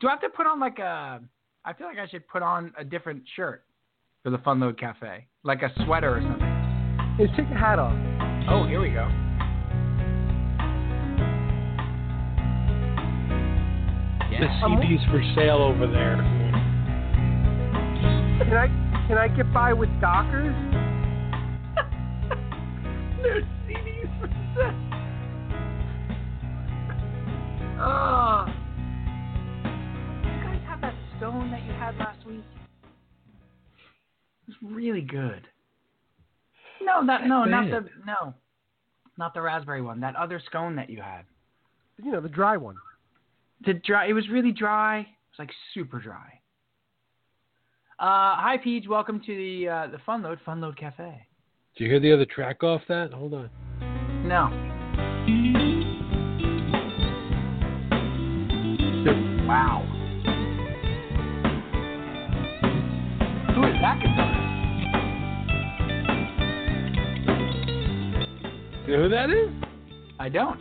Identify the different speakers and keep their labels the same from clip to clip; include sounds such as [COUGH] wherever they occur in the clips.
Speaker 1: Do I have to put on like a? I feel like I should put on a different shirt for the Fun Load Cafe, like a sweater or something.
Speaker 2: Hey, take the hat off.
Speaker 1: Oh, here we go.
Speaker 3: The CD's for sale over there.
Speaker 2: Can I can I get by with
Speaker 3: [LAUGHS]
Speaker 2: Dockers?
Speaker 1: There's CDs for sale. Oh. You guys have that stone that you had last week? It's really good. No, not no, not the no, not the raspberry one. That other scone that you had.
Speaker 2: You know the dry one.
Speaker 1: The dry. It was really dry. It was like super dry. Uh, hi, Peach. Welcome to the uh, the Fun Load Fun Load Cafe.
Speaker 3: Do you hear the other track off that? Hold on.
Speaker 1: No. Wow. Who is that guitarist?
Speaker 3: You know who that is?
Speaker 1: I don't.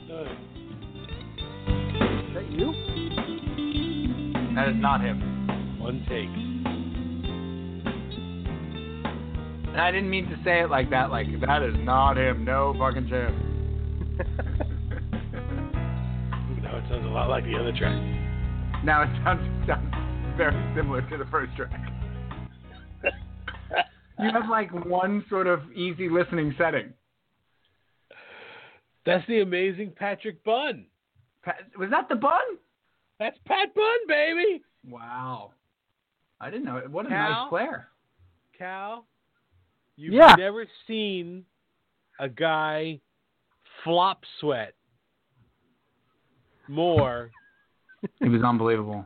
Speaker 2: Is that you?
Speaker 1: That is not him.
Speaker 3: One take.
Speaker 1: And I didn't mean to say it like that. Like that is not him. No fucking [LAUGHS] chance.
Speaker 3: Now it sounds a lot like the other track.
Speaker 1: Now it sounds, sounds very similar to the first track. You have like one sort of easy listening setting.
Speaker 3: That's the amazing Patrick Bunn.
Speaker 1: Pa- Was that the bun?
Speaker 3: That's Pat Bunn, baby.
Speaker 1: Wow. I didn't know it. What a
Speaker 3: Cal?
Speaker 1: nice player.
Speaker 3: Cal, you've
Speaker 2: Yeah.
Speaker 3: never seen a guy flop sweat more
Speaker 1: It was [LAUGHS] unbelievable.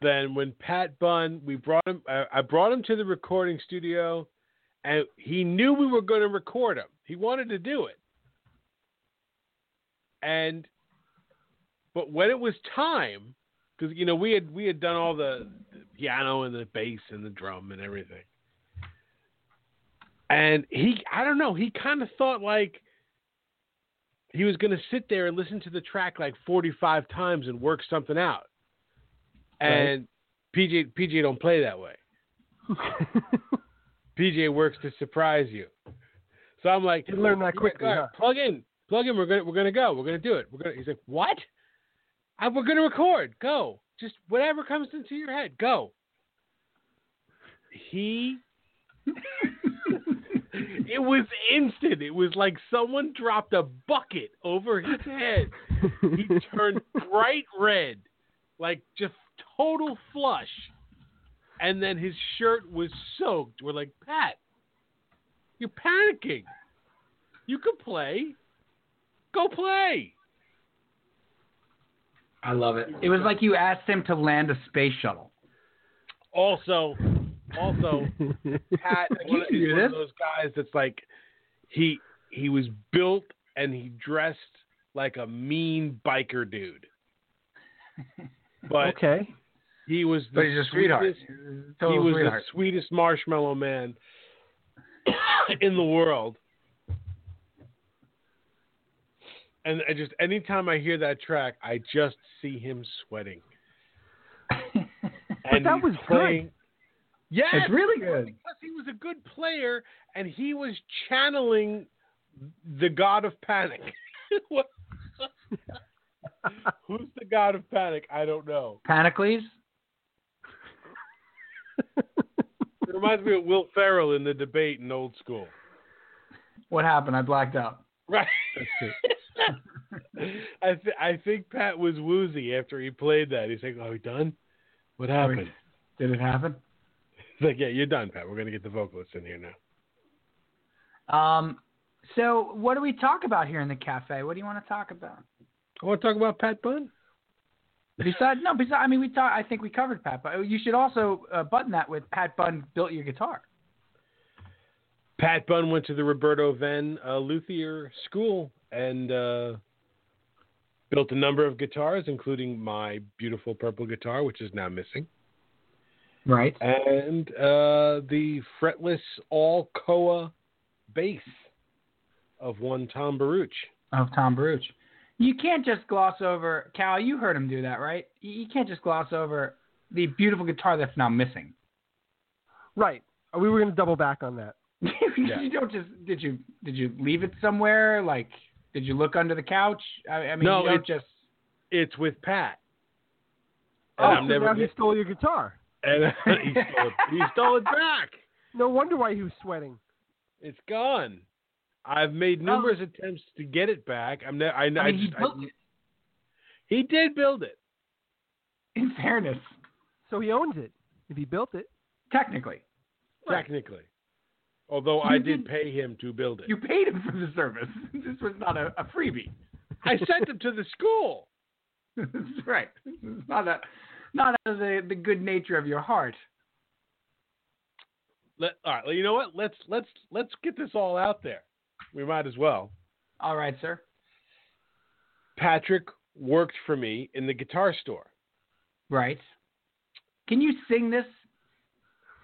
Speaker 3: than when Pat Bunn. We brought him. I, I brought him to the recording studio, and he knew we were going to record him. He wanted to do it, and but when it was time, because you know we had we had done all the, the piano and the bass and the drum and everything, and he I don't know he kind of thought like. He was going to sit there and listen to the track like 45 times and work something out. And PJ PJ don't play that way. PJ works to surprise you. So I'm like,
Speaker 2: You learn that
Speaker 3: "Yeah,
Speaker 2: quickly,
Speaker 3: all right,
Speaker 2: huh?"
Speaker 3: Plug in, plug in. We're gonna we're gonna go. We're gonna do it. We're gonna. He's like, what? I, we're gonna record. Go. Just whatever comes into your head. Go. He. it was instant. It was like someone dropped a bucket over his head. He turned bright red like just total flush. And then his shirt was soaked. We're like, Pat, you're panicking. You can play. Go play.
Speaker 1: I love it. It was like you asked him to land a space shuttle.
Speaker 3: Also, also,
Speaker 2: [LAUGHS]
Speaker 3: Pat
Speaker 1: [LAUGHS] You
Speaker 3: one, of-
Speaker 1: can do
Speaker 3: is one of
Speaker 1: this.
Speaker 3: those guys that's like, he he was built and he dressed like a mean biker
Speaker 1: [LAUGHS]
Speaker 3: dude. But
Speaker 2: okay.
Speaker 3: he was the
Speaker 1: But he's a sweetheart.
Speaker 3: sweetest-
Speaker 1: Total
Speaker 3: he was
Speaker 1: sweetheart.
Speaker 3: the sweetest marshmallow man [COUGHS] in the world. And I just anytime I hear that track, I just see him sweating. and
Speaker 2: that
Speaker 3: he's
Speaker 2: was good.
Speaker 3: playing. Yes,
Speaker 1: It's really good.
Speaker 3: because he was a good player and he was channeling the god of panic. [LAUGHS] What- Who's the god of panic? I don't know.
Speaker 1: Panicles?
Speaker 3: It reminds me of Will Ferrell in the debate in Old School.
Speaker 1: What happened? I blacked [LAUGHS] out.
Speaker 3: Right. [LAUGHS] I th- I think Pat was woozy after he played that. He's like, "Are we done? What happened?"
Speaker 1: Did it happen?
Speaker 3: He's like, "Yeah, you're done, Pat. We're gonna get the vocalists in here now."
Speaker 1: Um, so what do we talk about here in the cafe? What do you want to talk about?
Speaker 3: I want to talk about Pat Bunn.
Speaker 1: Besides, no, besides, I mean, we talk, I think we covered Pat Bun. You should also uh, button that with Pat Bun built your guitar.
Speaker 3: Pat Bunn went to the Roberto Venn uh, Luthier School and uh, built a number of guitars, including my beautiful purple guitar, which is now missing,
Speaker 1: Right.
Speaker 3: and uh, the fretless all Koa bass of one Tom Baruch.
Speaker 1: Of Tom Baruch. You can't just gloss over Cal. You heard him do that, right? You- You can't just gloss over the beautiful guitar that's now missing.
Speaker 2: Right. We were going to double back on that.
Speaker 1: [LAUGHS] you
Speaker 3: Yeah.
Speaker 1: don't just did you did you leave it somewhere? Like did you look under the couch? I, I mean,
Speaker 3: No,
Speaker 1: you don't
Speaker 3: it-
Speaker 1: just.
Speaker 3: It's with Pat. And
Speaker 2: oh,
Speaker 3: I'm
Speaker 2: so
Speaker 3: never
Speaker 2: now
Speaker 3: get-
Speaker 2: he stole your guitar.
Speaker 3: [LAUGHS] And he stole it. He stole it back.
Speaker 2: No wonder why he was sweating.
Speaker 3: It's gone. I've made numerous attempts to get it back. I'm ne- I, I,
Speaker 1: I mean, he
Speaker 3: just- I-
Speaker 1: built it.
Speaker 3: he did build it.
Speaker 1: In fairness,
Speaker 2: So he owns it if he built it.
Speaker 1: technically,
Speaker 3: Technically. Although
Speaker 1: You
Speaker 3: I did
Speaker 1: did-
Speaker 3: pay him to build it.
Speaker 1: you paid him for the service. [LAUGHS] This was not a, a freebie. [LAUGHS]
Speaker 3: I sent him to the school.
Speaker 1: That's right. Not a, not out of the, the good nature of your heart.
Speaker 3: Let, all right, well, you know what? Let's let's let's get this all out there. We might as well.
Speaker 1: All right, sir.
Speaker 3: Patrick worked for me in the guitar store.
Speaker 1: Right. Can you sing this?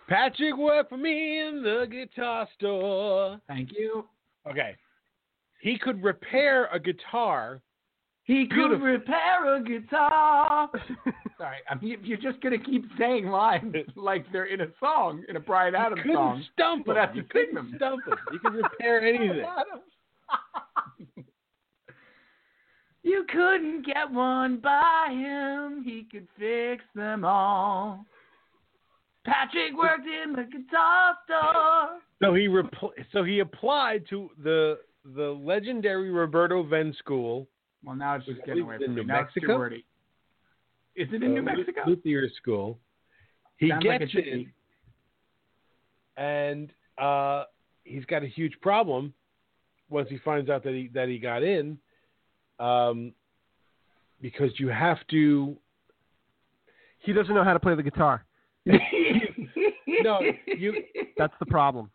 Speaker 3: Patrick worked for me in the guitar store.
Speaker 1: Thank you.
Speaker 3: Okay. He could repair a guitar.
Speaker 1: He could
Speaker 3: Beautiful.
Speaker 1: repair a guitar. Sorry, I mean, you're just gonna keep saying lines like they're in a song, in a Brian Adams
Speaker 3: couldn't
Speaker 1: song.
Speaker 3: stump him.
Speaker 1: But that's
Speaker 3: You
Speaker 1: the
Speaker 3: couldn't
Speaker 1: thing.
Speaker 3: stump him.
Speaker 1: [LAUGHS]
Speaker 3: You could repair anything.
Speaker 1: Adams. [LAUGHS] you couldn't get one by him. He could fix them all. Patrick worked in the guitar store.
Speaker 3: So he repl- so he applied to the the legendary Roberto Venn School,
Speaker 1: Well, now it's
Speaker 3: Was
Speaker 1: just
Speaker 3: it
Speaker 1: getting away
Speaker 3: in
Speaker 1: from
Speaker 3: New
Speaker 1: me. Now it's too
Speaker 3: Mexico?
Speaker 1: wordy. Is it in New
Speaker 3: uh,
Speaker 1: Mexico?
Speaker 3: Luthier School. He
Speaker 1: Sounds like
Speaker 3: gets
Speaker 1: it should
Speaker 3: in,
Speaker 1: be.
Speaker 3: and uh, he's got a huge problem once he finds out that he that he got in, um, because you have to
Speaker 2: He doesn't know how to play the guitar.
Speaker 3: no
Speaker 1: [LAUGHS]
Speaker 3: you
Speaker 2: That's the problem.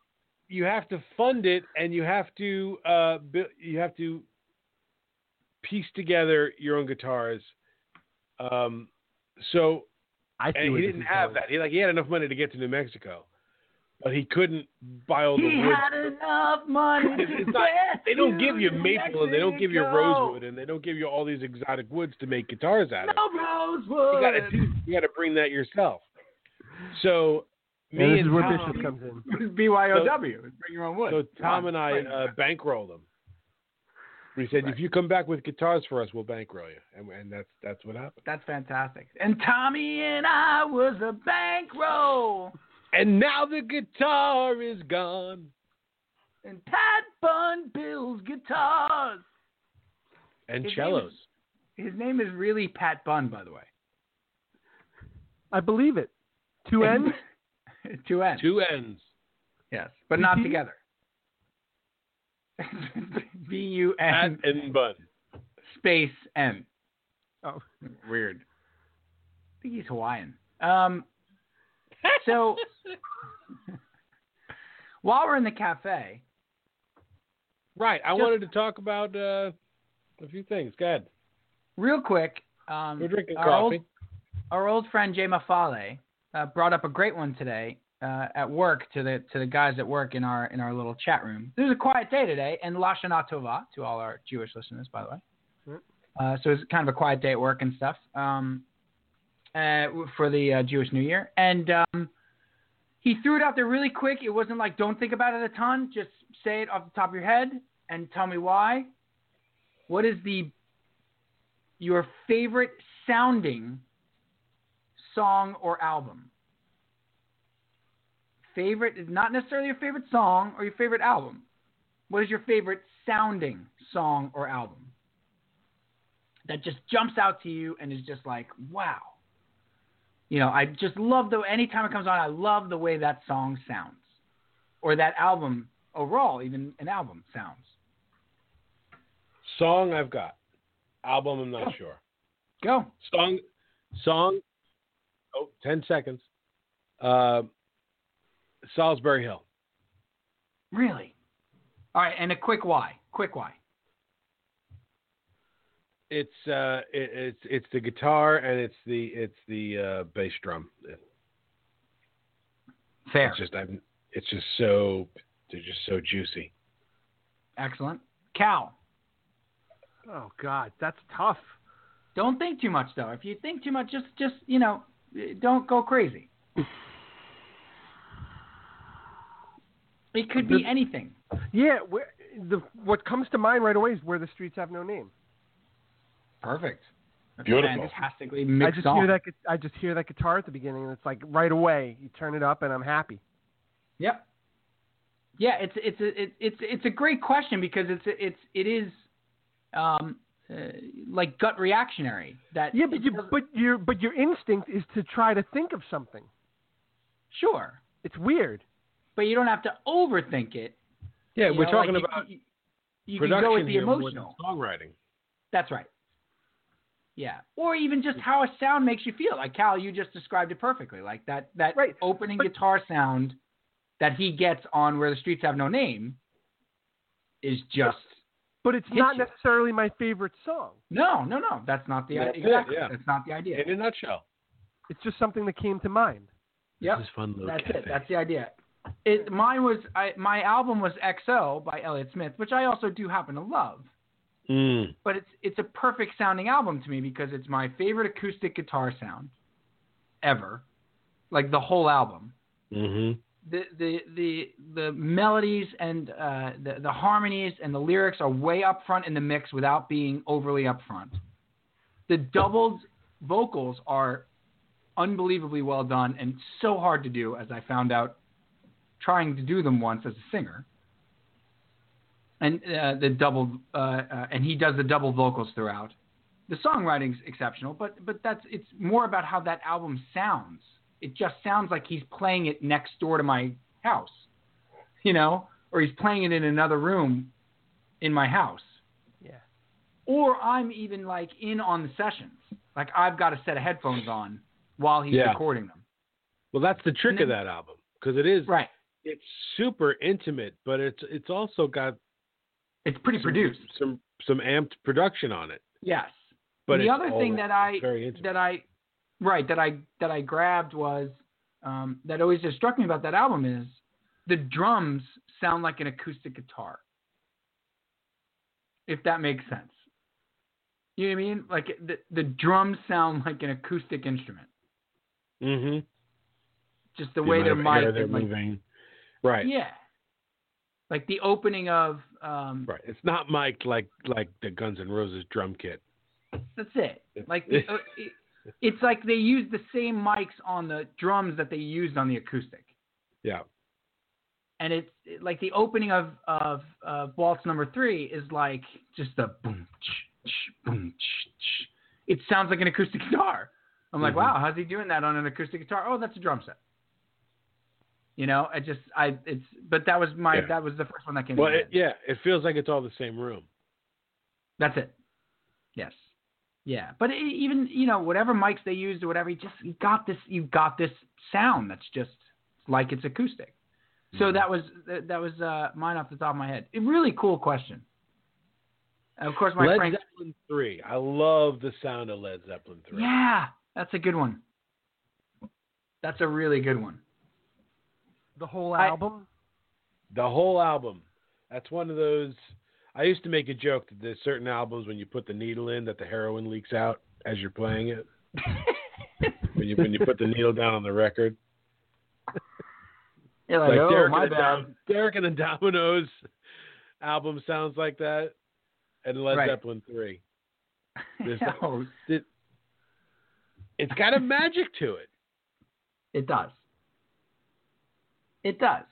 Speaker 3: you have to fund it and you have to uh, bu- you have to piece together your own guitars. Um, so
Speaker 2: I see
Speaker 3: and
Speaker 2: where
Speaker 3: he
Speaker 2: this is
Speaker 3: didn't have
Speaker 2: going.
Speaker 3: that. He like he had enough money to get to New Mexico, but he couldn't buy all the
Speaker 1: He
Speaker 3: wood.
Speaker 1: had enough
Speaker 3: [LAUGHS]
Speaker 1: money.
Speaker 3: It's-
Speaker 1: to
Speaker 3: it's not-
Speaker 1: get
Speaker 3: they don't
Speaker 1: to
Speaker 3: give you
Speaker 1: New
Speaker 3: maple and they don't give you
Speaker 1: Mexico.
Speaker 3: rosewood and they don't give you all these exotic woods to make guitars out of.
Speaker 1: No rosewood.
Speaker 3: You gotta do- you gotta bring that yourself. So me
Speaker 2: And this
Speaker 3: and
Speaker 2: is where
Speaker 3: Tom,
Speaker 2: Bishop comes in.
Speaker 1: It's BYOW. It's bring your own wood.
Speaker 3: So Tom and I
Speaker 1: Right.
Speaker 3: uh, bankrolled them. We said, if you come back with guitars for us, we'll bankroll you, and, and that's that's what happened.
Speaker 1: That's fantastic. And Tommy and I was a bankroll.
Speaker 3: And now the guitar is gone,
Speaker 1: And Pat Bun Bill's guitars.
Speaker 3: and
Speaker 1: His name is-
Speaker 3: cellos.
Speaker 1: His name is really Pat Bun, by the way.
Speaker 2: I believe it. Two N's?
Speaker 1: [LAUGHS] Two N's.
Speaker 3: Two ends.
Speaker 1: Yes, but not
Speaker 2: Mhm.
Speaker 1: together. [LAUGHS] B U
Speaker 3: At
Speaker 1: N
Speaker 3: and bun.
Speaker 1: space N.
Speaker 2: Oh.
Speaker 1: Weird. I think he's Hawaiian. Um, so while we're in the cafe,
Speaker 3: Right. I
Speaker 1: Just-
Speaker 3: wanted to talk about uh, a few things. Go ahead.
Speaker 1: real quick, um,
Speaker 3: We're drinking
Speaker 1: our old-
Speaker 3: coffee.
Speaker 1: our old friend Jay Mafale uh, brought up a great one today uh, at work to the to the guys at work in our in our little chat room. This is a quiet day today, and Lashana Tova to all our Jewish listeners, by the way.
Speaker 2: Sure.
Speaker 1: Uh, so it's kind of a quiet day at work and stuff um, uh, for the uh, Jewish New Year. And um, he threw it out there really quick. It wasn't like don't think about it a ton. Just say it off the top of your head and tell me why. What is the your favorite sounding song or album? Favorite is not necessarily your favorite song or your favorite album. What is your favorite sounding song or album that just jumps out to you and is just like, wow? You know, I just love the anytime it comes on, I love the way that song sounds or that album overall, even an album sounds.
Speaker 3: Song I've got. Album I'm not sure.
Speaker 1: Go.
Speaker 3: Song, song. Oh, 10 seconds. Uh, Salisbury Hill.
Speaker 1: Really? All right, and a quick why. Quick why.
Speaker 3: It's uh, it, it's it's the guitar and it's the it's the uh, bass drum.
Speaker 1: Fair.
Speaker 3: It's just I'm, it's just so they're just so juicy.
Speaker 1: Excellent. Cal.
Speaker 2: Oh God, that's tough.
Speaker 1: Don't think too much though. If you think too much, just just you know, don't go crazy. It could be
Speaker 2: This-
Speaker 1: anything.
Speaker 2: Yeah, where, the what comes to mind right away is where the streets have no name.
Speaker 1: Perfect. That's
Speaker 4: Beautiful.
Speaker 1: Fantastically mixed
Speaker 2: I just
Speaker 1: song.
Speaker 2: hear that. gu- I just hear that guitar at the beginning, and it's like right away you turn it up, and I'm happy.
Speaker 1: Yep. Yeah, it's it's a it, it's it's a great question because it's it's it is um uh, like gut reactionary that
Speaker 2: Yeah, but
Speaker 1: it
Speaker 2: you,
Speaker 1: doesn't-
Speaker 2: but your but your instinct is to try to think of something.
Speaker 1: sure,
Speaker 2: It's weird.
Speaker 1: but you don't have to overthink it.
Speaker 3: Yeah,
Speaker 1: You
Speaker 3: we're
Speaker 1: know,
Speaker 3: talking
Speaker 1: like, you-
Speaker 3: about
Speaker 1: you, you can
Speaker 3: production
Speaker 1: go with the
Speaker 3: here more
Speaker 1: emotional.
Speaker 3: than songwriting.
Speaker 1: That's right. Yeah, or even just how a sound makes you feel. Like Cal, you just described it perfectly. Like that that
Speaker 2: Right,
Speaker 1: opening
Speaker 2: but-
Speaker 1: guitar sound that he gets on "Where the Streets Have No Name" is just
Speaker 2: But it's
Speaker 1: Hits
Speaker 2: not
Speaker 1: you.
Speaker 2: necessarily my favorite song.
Speaker 1: no, no, no. That's not the
Speaker 3: That's it,
Speaker 1: idea. Exactly.
Speaker 3: yeah.
Speaker 1: That's not the idea.
Speaker 3: In a nutshell,
Speaker 2: It's just something that came to mind.
Speaker 1: Yep.
Speaker 3: this is fun little
Speaker 1: That's
Speaker 3: cafe.
Speaker 1: it. That's the idea. It mine was I, my album was XO by Elliott Smith, which I also do happen to love.
Speaker 3: Mm.
Speaker 1: But it's it's a perfect sounding album to me because it's my favorite acoustic guitar sound ever. Like the whole album.
Speaker 3: Mm-hmm.
Speaker 1: The the the the melodies and uh, the the harmonies and the lyrics are way up front in the mix without being overly up front. The doubled vocals are unbelievably well done and so hard to do as I found out trying to do them once as a singer. And uh, the double uh, uh, and he does the double vocals throughout. The songwriting's exceptional, but but that's it's more about how that album sounds. It just sounds like he's playing it next door to my house, you know, or he's playing it in another room in my house.
Speaker 2: Yeah.
Speaker 1: Or I'm even like in on the sessions. Like I've got a set of headphones on while he's
Speaker 3: Yeah.
Speaker 1: recording them.
Speaker 3: Well, that's the trick of that album because it is
Speaker 1: Right.
Speaker 3: it's super intimate, but it's it's also got
Speaker 1: It's pretty
Speaker 3: some-
Speaker 1: produced.
Speaker 3: some some amped production on it.
Speaker 1: Yes.
Speaker 3: But
Speaker 1: The
Speaker 3: it's
Speaker 1: other thing
Speaker 3: all
Speaker 1: that I-
Speaker 3: very intimate.
Speaker 1: That I right, that I that I grabbed was um, that always just struck me about that album is the drums sound like an acoustic guitar. If that makes sense. You know what I mean? Like the the drums sound like an acoustic instrument.
Speaker 3: mm-hmm.
Speaker 1: Just the way they're
Speaker 3: air
Speaker 1: mic
Speaker 3: they're
Speaker 1: is like,
Speaker 3: moving. Right.
Speaker 1: Yeah. Like the opening of um,
Speaker 3: Right. It's not mic'd like like the Guns N' Roses drum kit.
Speaker 1: That's it.
Speaker 3: [LAUGHS]
Speaker 1: Like the, uh, it, it's like they used the same mics on the drums that they used on the acoustic.
Speaker 3: Yeah.
Speaker 1: And it's it- like the opening of of uh, waltz number three is like just a boom, ch, ch, boom, ch, ch. It sounds like an acoustic guitar. I'm like,
Speaker 3: Mhm.
Speaker 1: wow, how's he doing that on an acoustic guitar? Oh, that's a drum set. You know, I just I it's but that was my
Speaker 3: Yeah.
Speaker 1: that was the first one that came. to
Speaker 3: Well,
Speaker 1: my
Speaker 3: it,
Speaker 1: head.
Speaker 3: yeah, it feels like it's all the same room.
Speaker 1: That's it. Yes. Yeah. But e- even you know whatever mics they used or whatever, you just you got this you got this sound that's just like it's acoustic. So
Speaker 3: Mhm.
Speaker 1: that was that that was uh, mine off the top of my head. A really cool question. And of course, my
Speaker 3: Led
Speaker 1: friend.
Speaker 3: Zeppelin three. I love the sound of Led Zeppelin three.
Speaker 1: Yeah, that's a good one. That's a really good one.
Speaker 2: The whole
Speaker 1: I-
Speaker 2: album.
Speaker 3: The whole album. That's one of those. I used to make a joke that there's certain albums when you put the needle in that the heroin leaks out as you're playing it. when you when you put the needle down on the record,
Speaker 1: You're like,
Speaker 3: like
Speaker 1: oh,
Speaker 3: Derek,
Speaker 1: my
Speaker 3: and the
Speaker 1: bad.
Speaker 3: Dom- Derek and the Dominoes album sounds like that, and Led
Speaker 1: Right.
Speaker 3: Zeppelin three.
Speaker 1: [LAUGHS]
Speaker 3: There's that-
Speaker 1: Oh,
Speaker 3: It's got a magic to it.
Speaker 1: It does. It does.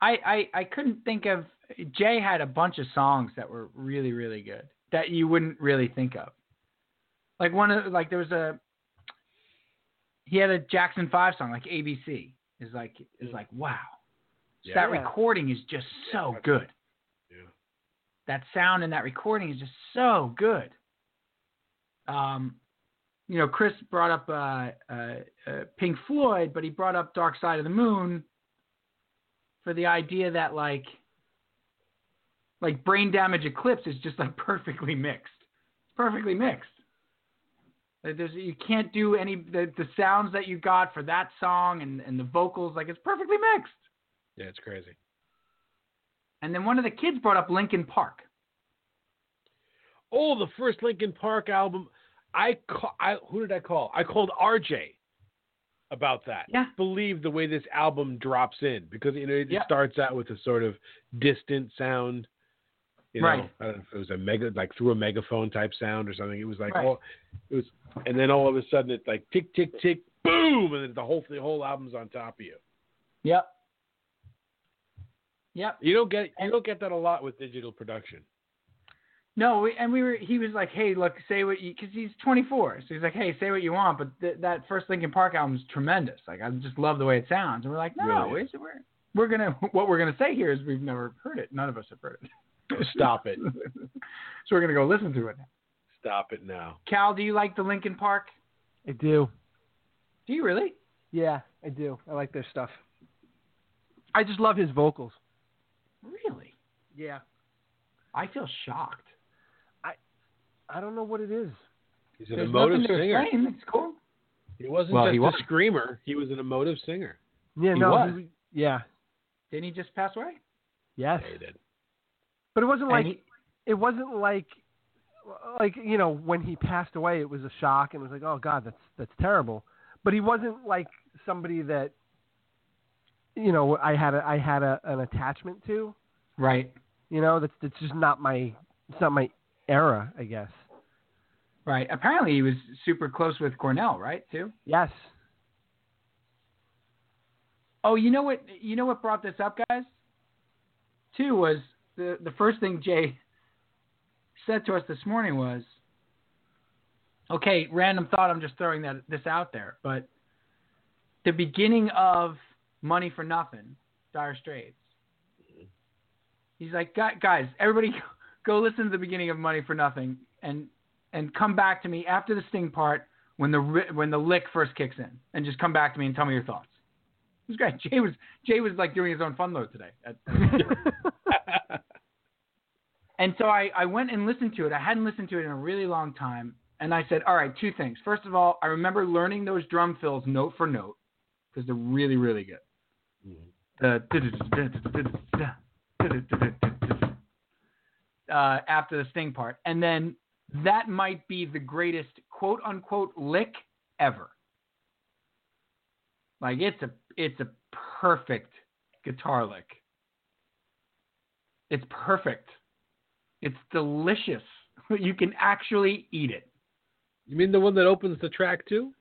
Speaker 1: I, I I couldn't think of Jay had a bunch of songs that were really really good that you wouldn't really think of. Like one of like there was a he had a Jackson 5 song like ABC is like is like wow. That
Speaker 2: Yeah.
Speaker 1: recording is just so
Speaker 3: Yeah.
Speaker 1: good.
Speaker 3: Yeah.
Speaker 1: That sound in that recording is just so good. Um you know, Chris brought up uh, uh, uh, Pink Floyd, but he brought up Dark Side of the Moon for the idea that like, like Brain Damage Eclipse is just like [LAUGHS] perfectly mixed, perfectly mixed. Like there's you can't do any the, the sounds that you got for that song and and the vocals like it's perfectly mixed.
Speaker 3: Yeah, it's crazy.
Speaker 1: And then one of the kids brought up Linkin Park.
Speaker 3: oh, the first Linkin Park album. I, ca- I who did I call? I called RJ about that.
Speaker 1: Yeah.
Speaker 3: Believe the way this album drops in because you know it
Speaker 1: Yeah.
Speaker 3: starts out with a sort of distant sound. You know,
Speaker 1: Right.
Speaker 3: I don't know if it was a mega like through a megaphone type sound or something. It was like
Speaker 1: Right.
Speaker 3: all it was, and then all of a sudden it's like tick tick tick boom, and then the whole the whole album's on top of you.
Speaker 1: Yep. Yep.
Speaker 3: You don't get you
Speaker 1: And-
Speaker 3: don't get that a lot with digital production.
Speaker 1: No, we, and we were. He was like, "Hey, look, say what you," because he's 24. So he's like, "Hey, say what you want," but th- that first Linkin Park album's tremendous. Like, I just love the way it sounds. And we're like, "No,
Speaker 3: Really
Speaker 1: it's- we're we're gonna [LAUGHS] what we're gonna say here is we've never heard it. None of us have heard it.
Speaker 3: [LAUGHS] Stop it.
Speaker 1: [LAUGHS] so we're gonna go listen to it." now.
Speaker 3: Stop it now.
Speaker 1: Cal, do you like the Linkin Park?
Speaker 2: I do.
Speaker 1: Do you really?
Speaker 2: Yeah, I do. I like their stuff. I just love his vocals.
Speaker 1: Really?
Speaker 2: Yeah.
Speaker 1: I feel shocked.
Speaker 2: I don't know what it is.
Speaker 3: He's an
Speaker 1: There's
Speaker 3: emotive
Speaker 1: nothing to
Speaker 3: singer.
Speaker 1: explain. It's cool.
Speaker 3: He wasn't
Speaker 1: Well,
Speaker 3: just
Speaker 1: he
Speaker 3: a
Speaker 1: was.
Speaker 3: screamer. He was an emotive
Speaker 1: [LAUGHS]
Speaker 3: singer.
Speaker 2: Yeah,
Speaker 1: He
Speaker 2: no.
Speaker 1: was.
Speaker 2: was- yeah.
Speaker 1: Didn't he just pass away?
Speaker 2: Yes.
Speaker 3: Yeah, he did.
Speaker 2: But it wasn't
Speaker 1: And
Speaker 2: like
Speaker 1: he-
Speaker 2: it wasn't like like you know when he passed away it was a shock and it was like oh god that's that's terrible but he wasn't like somebody that you know i had a i had a, an attachment to
Speaker 1: right,
Speaker 2: you know that's that's just not my it's not my era i guess
Speaker 1: right. Apparently, he was super close with Cornell, right? Too. [LAUGHS]
Speaker 2: yes
Speaker 1: Oh, you know what? You know what brought this up, guys? Too was the the first thing Jay said to us this morning was, "Okay, random thought. I'm just throwing that this out there, but the beginning of Money for Nothing, Dire Straits. He's like, "Gu- guys, everybody, go listen to the beginning of Money for Nothing, and and come back to me after the sting part when the ri- when the lick first kicks in, and just come back to me and tell me your thoughts." It was great. [LAUGHS] Jay was Jay was like doing his own fun load today. At- and so I, I went and listened to it. I hadn't listened to it in a really long time. And I said, all right, two things. First of all, I remember learning those drum fills note for note because they're really, really good. Uh, The uh, after the sting part. And then that might be the greatest quote unquote lick ever. Like it's a it's a perfect guitar lick. It's perfect. It's delicious. [LAUGHS] You can actually eat it.
Speaker 3: [LAUGHS] You mean the one that opens the track too?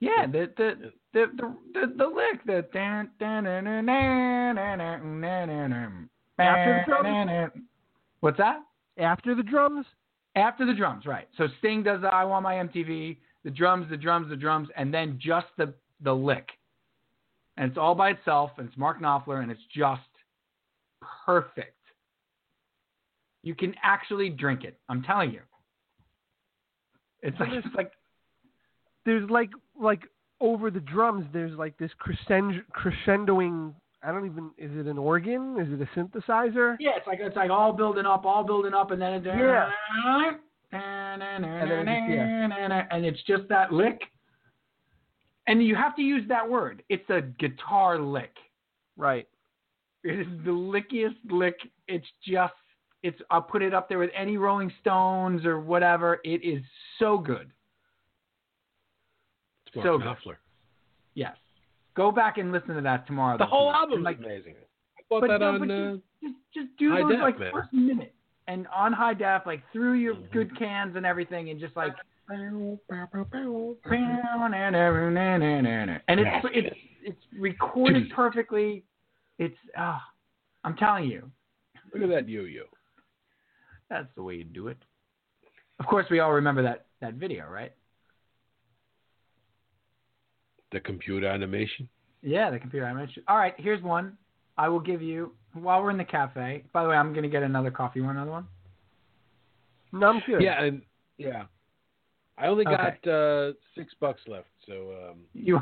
Speaker 1: Yeah, the the the the, the, the lick the dan dan dan dan dan dan dan
Speaker 2: After the
Speaker 1: dan What's that?
Speaker 2: after the drums
Speaker 1: After the drums, right. So Sting does the I Want My MTV, the drums, the drums, the drums, and then just the, the lick. And it's all by itself, and it's Mark Knopfler, and it's just perfect. You can actually drink it. I'm telling you. It's like, it's like
Speaker 2: there's like like over the drums there's like this crescendo crescendoing i don't even is it an organ is it a synthesizer
Speaker 1: yeah, it's like it's like all building up, all building up, and then it
Speaker 2: Yeah.
Speaker 1: and,
Speaker 2: then
Speaker 1: it's just that lick. And you have to use that word. It's a guitar lick.
Speaker 2: right
Speaker 1: It is the lickiest lick. It's just it's I'll put it up there with any Rolling Stones or whatever. It is so good.
Speaker 3: It's Mark
Speaker 1: So good.
Speaker 3: Knopfler.
Speaker 1: Yes. Go back and listen to that tomorrow.
Speaker 3: The
Speaker 1: though,
Speaker 3: whole
Speaker 1: tonight.
Speaker 3: album's
Speaker 1: like
Speaker 3: amazing. I bought
Speaker 1: but
Speaker 3: that
Speaker 1: no,
Speaker 3: on.
Speaker 1: but
Speaker 3: Uh,
Speaker 1: you- just just do
Speaker 3: High
Speaker 1: those
Speaker 3: Def,
Speaker 1: like
Speaker 3: man.
Speaker 1: first minute and on high def like through your
Speaker 3: Mhm.
Speaker 1: good cans and everything and just like
Speaker 3: uh, It's
Speaker 1: and it's it's it's recorded perfectly. It's ah, I'm telling you,
Speaker 3: Look at that yo-yo.
Speaker 1: that's the way you do it. Of course, we all remember that that video, right?
Speaker 3: The computer animation.
Speaker 1: Yeah, the computer animation. All right, here's one. I will give you while we're in the cafe. By the way, I'm gonna get another coffee. You want another one?
Speaker 2: no i'm good
Speaker 3: Yeah, and yeah. I only
Speaker 1: Okay.
Speaker 3: got uh, six bucks left, so um,
Speaker 1: You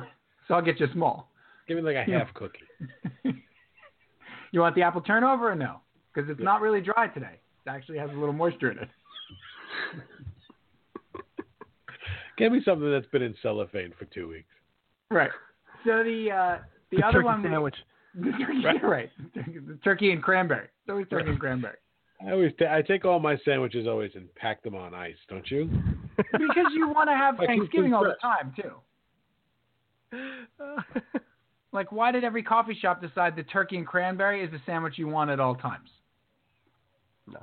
Speaker 1: so I'll get you a small.
Speaker 3: give me like a
Speaker 1: Yeah.
Speaker 3: half cookie.
Speaker 1: [LAUGHS] You want the apple turnover or no? Because it's not really dry today. It actually has a little moisture in it.
Speaker 3: Give me something that's been in cellophane for two weeks.
Speaker 1: Right. So the uh, the,
Speaker 2: the
Speaker 1: other
Speaker 2: turkey
Speaker 1: one was-
Speaker 2: sandwich
Speaker 1: [LAUGHS] The turkey,
Speaker 3: Right.
Speaker 1: right. The turkey and cranberry. It's always turkey and cranberry.
Speaker 3: I always ta- I take all my sandwiches always and pack them on ice, don't you?
Speaker 2: [LAUGHS]
Speaker 1: because you want to have
Speaker 3: Like, who's
Speaker 1: Thanksgiving all the
Speaker 3: first?
Speaker 1: time too. Like, why did every coffee shop decide that turkey and cranberry is the sandwich you want at all times?
Speaker 2: No.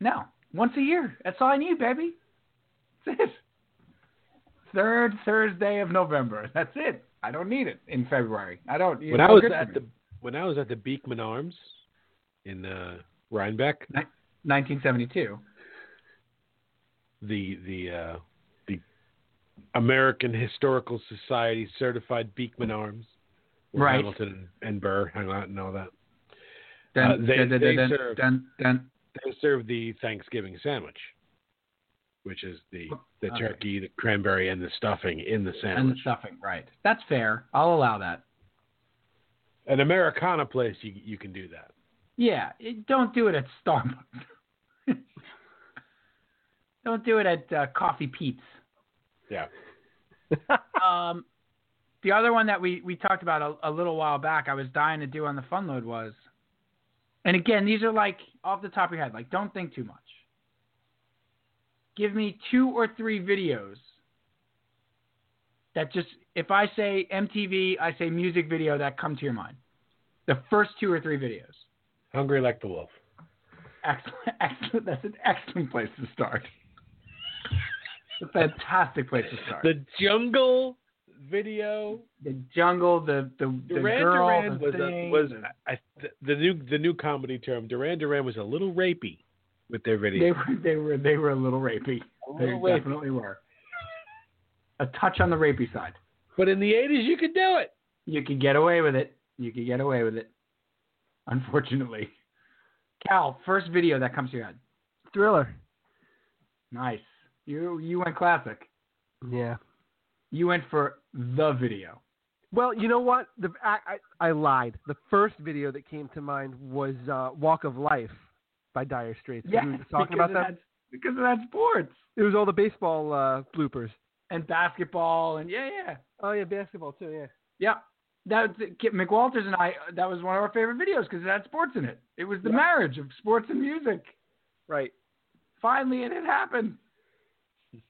Speaker 1: No. Once a year. That's all I need, baby. That's it. Third Thursday of November. That's it. I don't need it in February. I don't.
Speaker 3: When I was at the when I was at the Beekman Arms in uh, Rhinebeck,
Speaker 1: 1972.
Speaker 3: the the uh, the American Historical Society certified Beekman Arms, where
Speaker 1: Right.
Speaker 3: Hamilton and Burr hung out and all that.
Speaker 1: Dun,
Speaker 3: Uh, they-
Speaker 1: dun, dun,
Speaker 3: they
Speaker 1: dun,
Speaker 3: serve-
Speaker 1: dun, dun.
Speaker 3: They serve the Thanksgiving sandwich, which is the the
Speaker 1: Okay.
Speaker 3: turkey, the cranberry, and the stuffing in
Speaker 1: and
Speaker 3: the
Speaker 1: the
Speaker 3: sandwich.
Speaker 1: stuffing. Right. That's fair. I'll allow that.
Speaker 3: An Americana place, you you can do that.
Speaker 1: Yeah. it- don't do it at Starbucks. [LAUGHS] don't do it at uh, Coffee Pete's.
Speaker 3: Yeah.
Speaker 1: [LAUGHS] um, the other one that we, we talked about a, a little while back, I was dying to do on the fun load was, and again, these are like off the top of your head, like don't think too much. Give me two or three videos that just, if I say MTV, I say music video that come to your mind. The first two or three videos.
Speaker 3: Hungry like the wolf.
Speaker 1: Excellent, [LAUGHS] excellent. That's an excellent place to start. a fantastic place to start.
Speaker 3: The jungle video.
Speaker 1: the jungle, the the, the
Speaker 3: Duran
Speaker 1: girl,
Speaker 3: Duran
Speaker 1: the
Speaker 3: was
Speaker 1: thing,
Speaker 3: a, was
Speaker 1: the-
Speaker 3: I, th- the new the new comedy term. Duran Duran was a little rapey with their video.
Speaker 1: they were they were they were a little rapey. They
Speaker 3: little rapey.
Speaker 1: definitely were. A touch on the rapey side.
Speaker 3: But in the eighties, you could do it.
Speaker 1: You could get away with it. You could get away with it. Unfortunately, Cal, first video that comes to your head.
Speaker 2: Thriller.
Speaker 1: Nice. You you went classic.
Speaker 2: Yeah.
Speaker 1: You went for the video.
Speaker 2: Well, you know what? The, I, I, I lied. The first video that came to mind was uh, "Walk of Life" by Dire Straits. We were talking
Speaker 1: because
Speaker 2: about
Speaker 1: of
Speaker 2: that.
Speaker 1: because of that sports
Speaker 2: It was all the baseball uh, bloopers.
Speaker 1: and basketball and yeah yeah.
Speaker 2: Oh yeah, basketball too. Yeah.
Speaker 1: Yeah. That was, Kit McWalters and I, that was one of our favorite videos because it had sports in it. It was the
Speaker 2: Yeah.
Speaker 1: marriage of sports and music.
Speaker 2: Right.
Speaker 1: Finally, it had happened.
Speaker 3: [LAUGHS]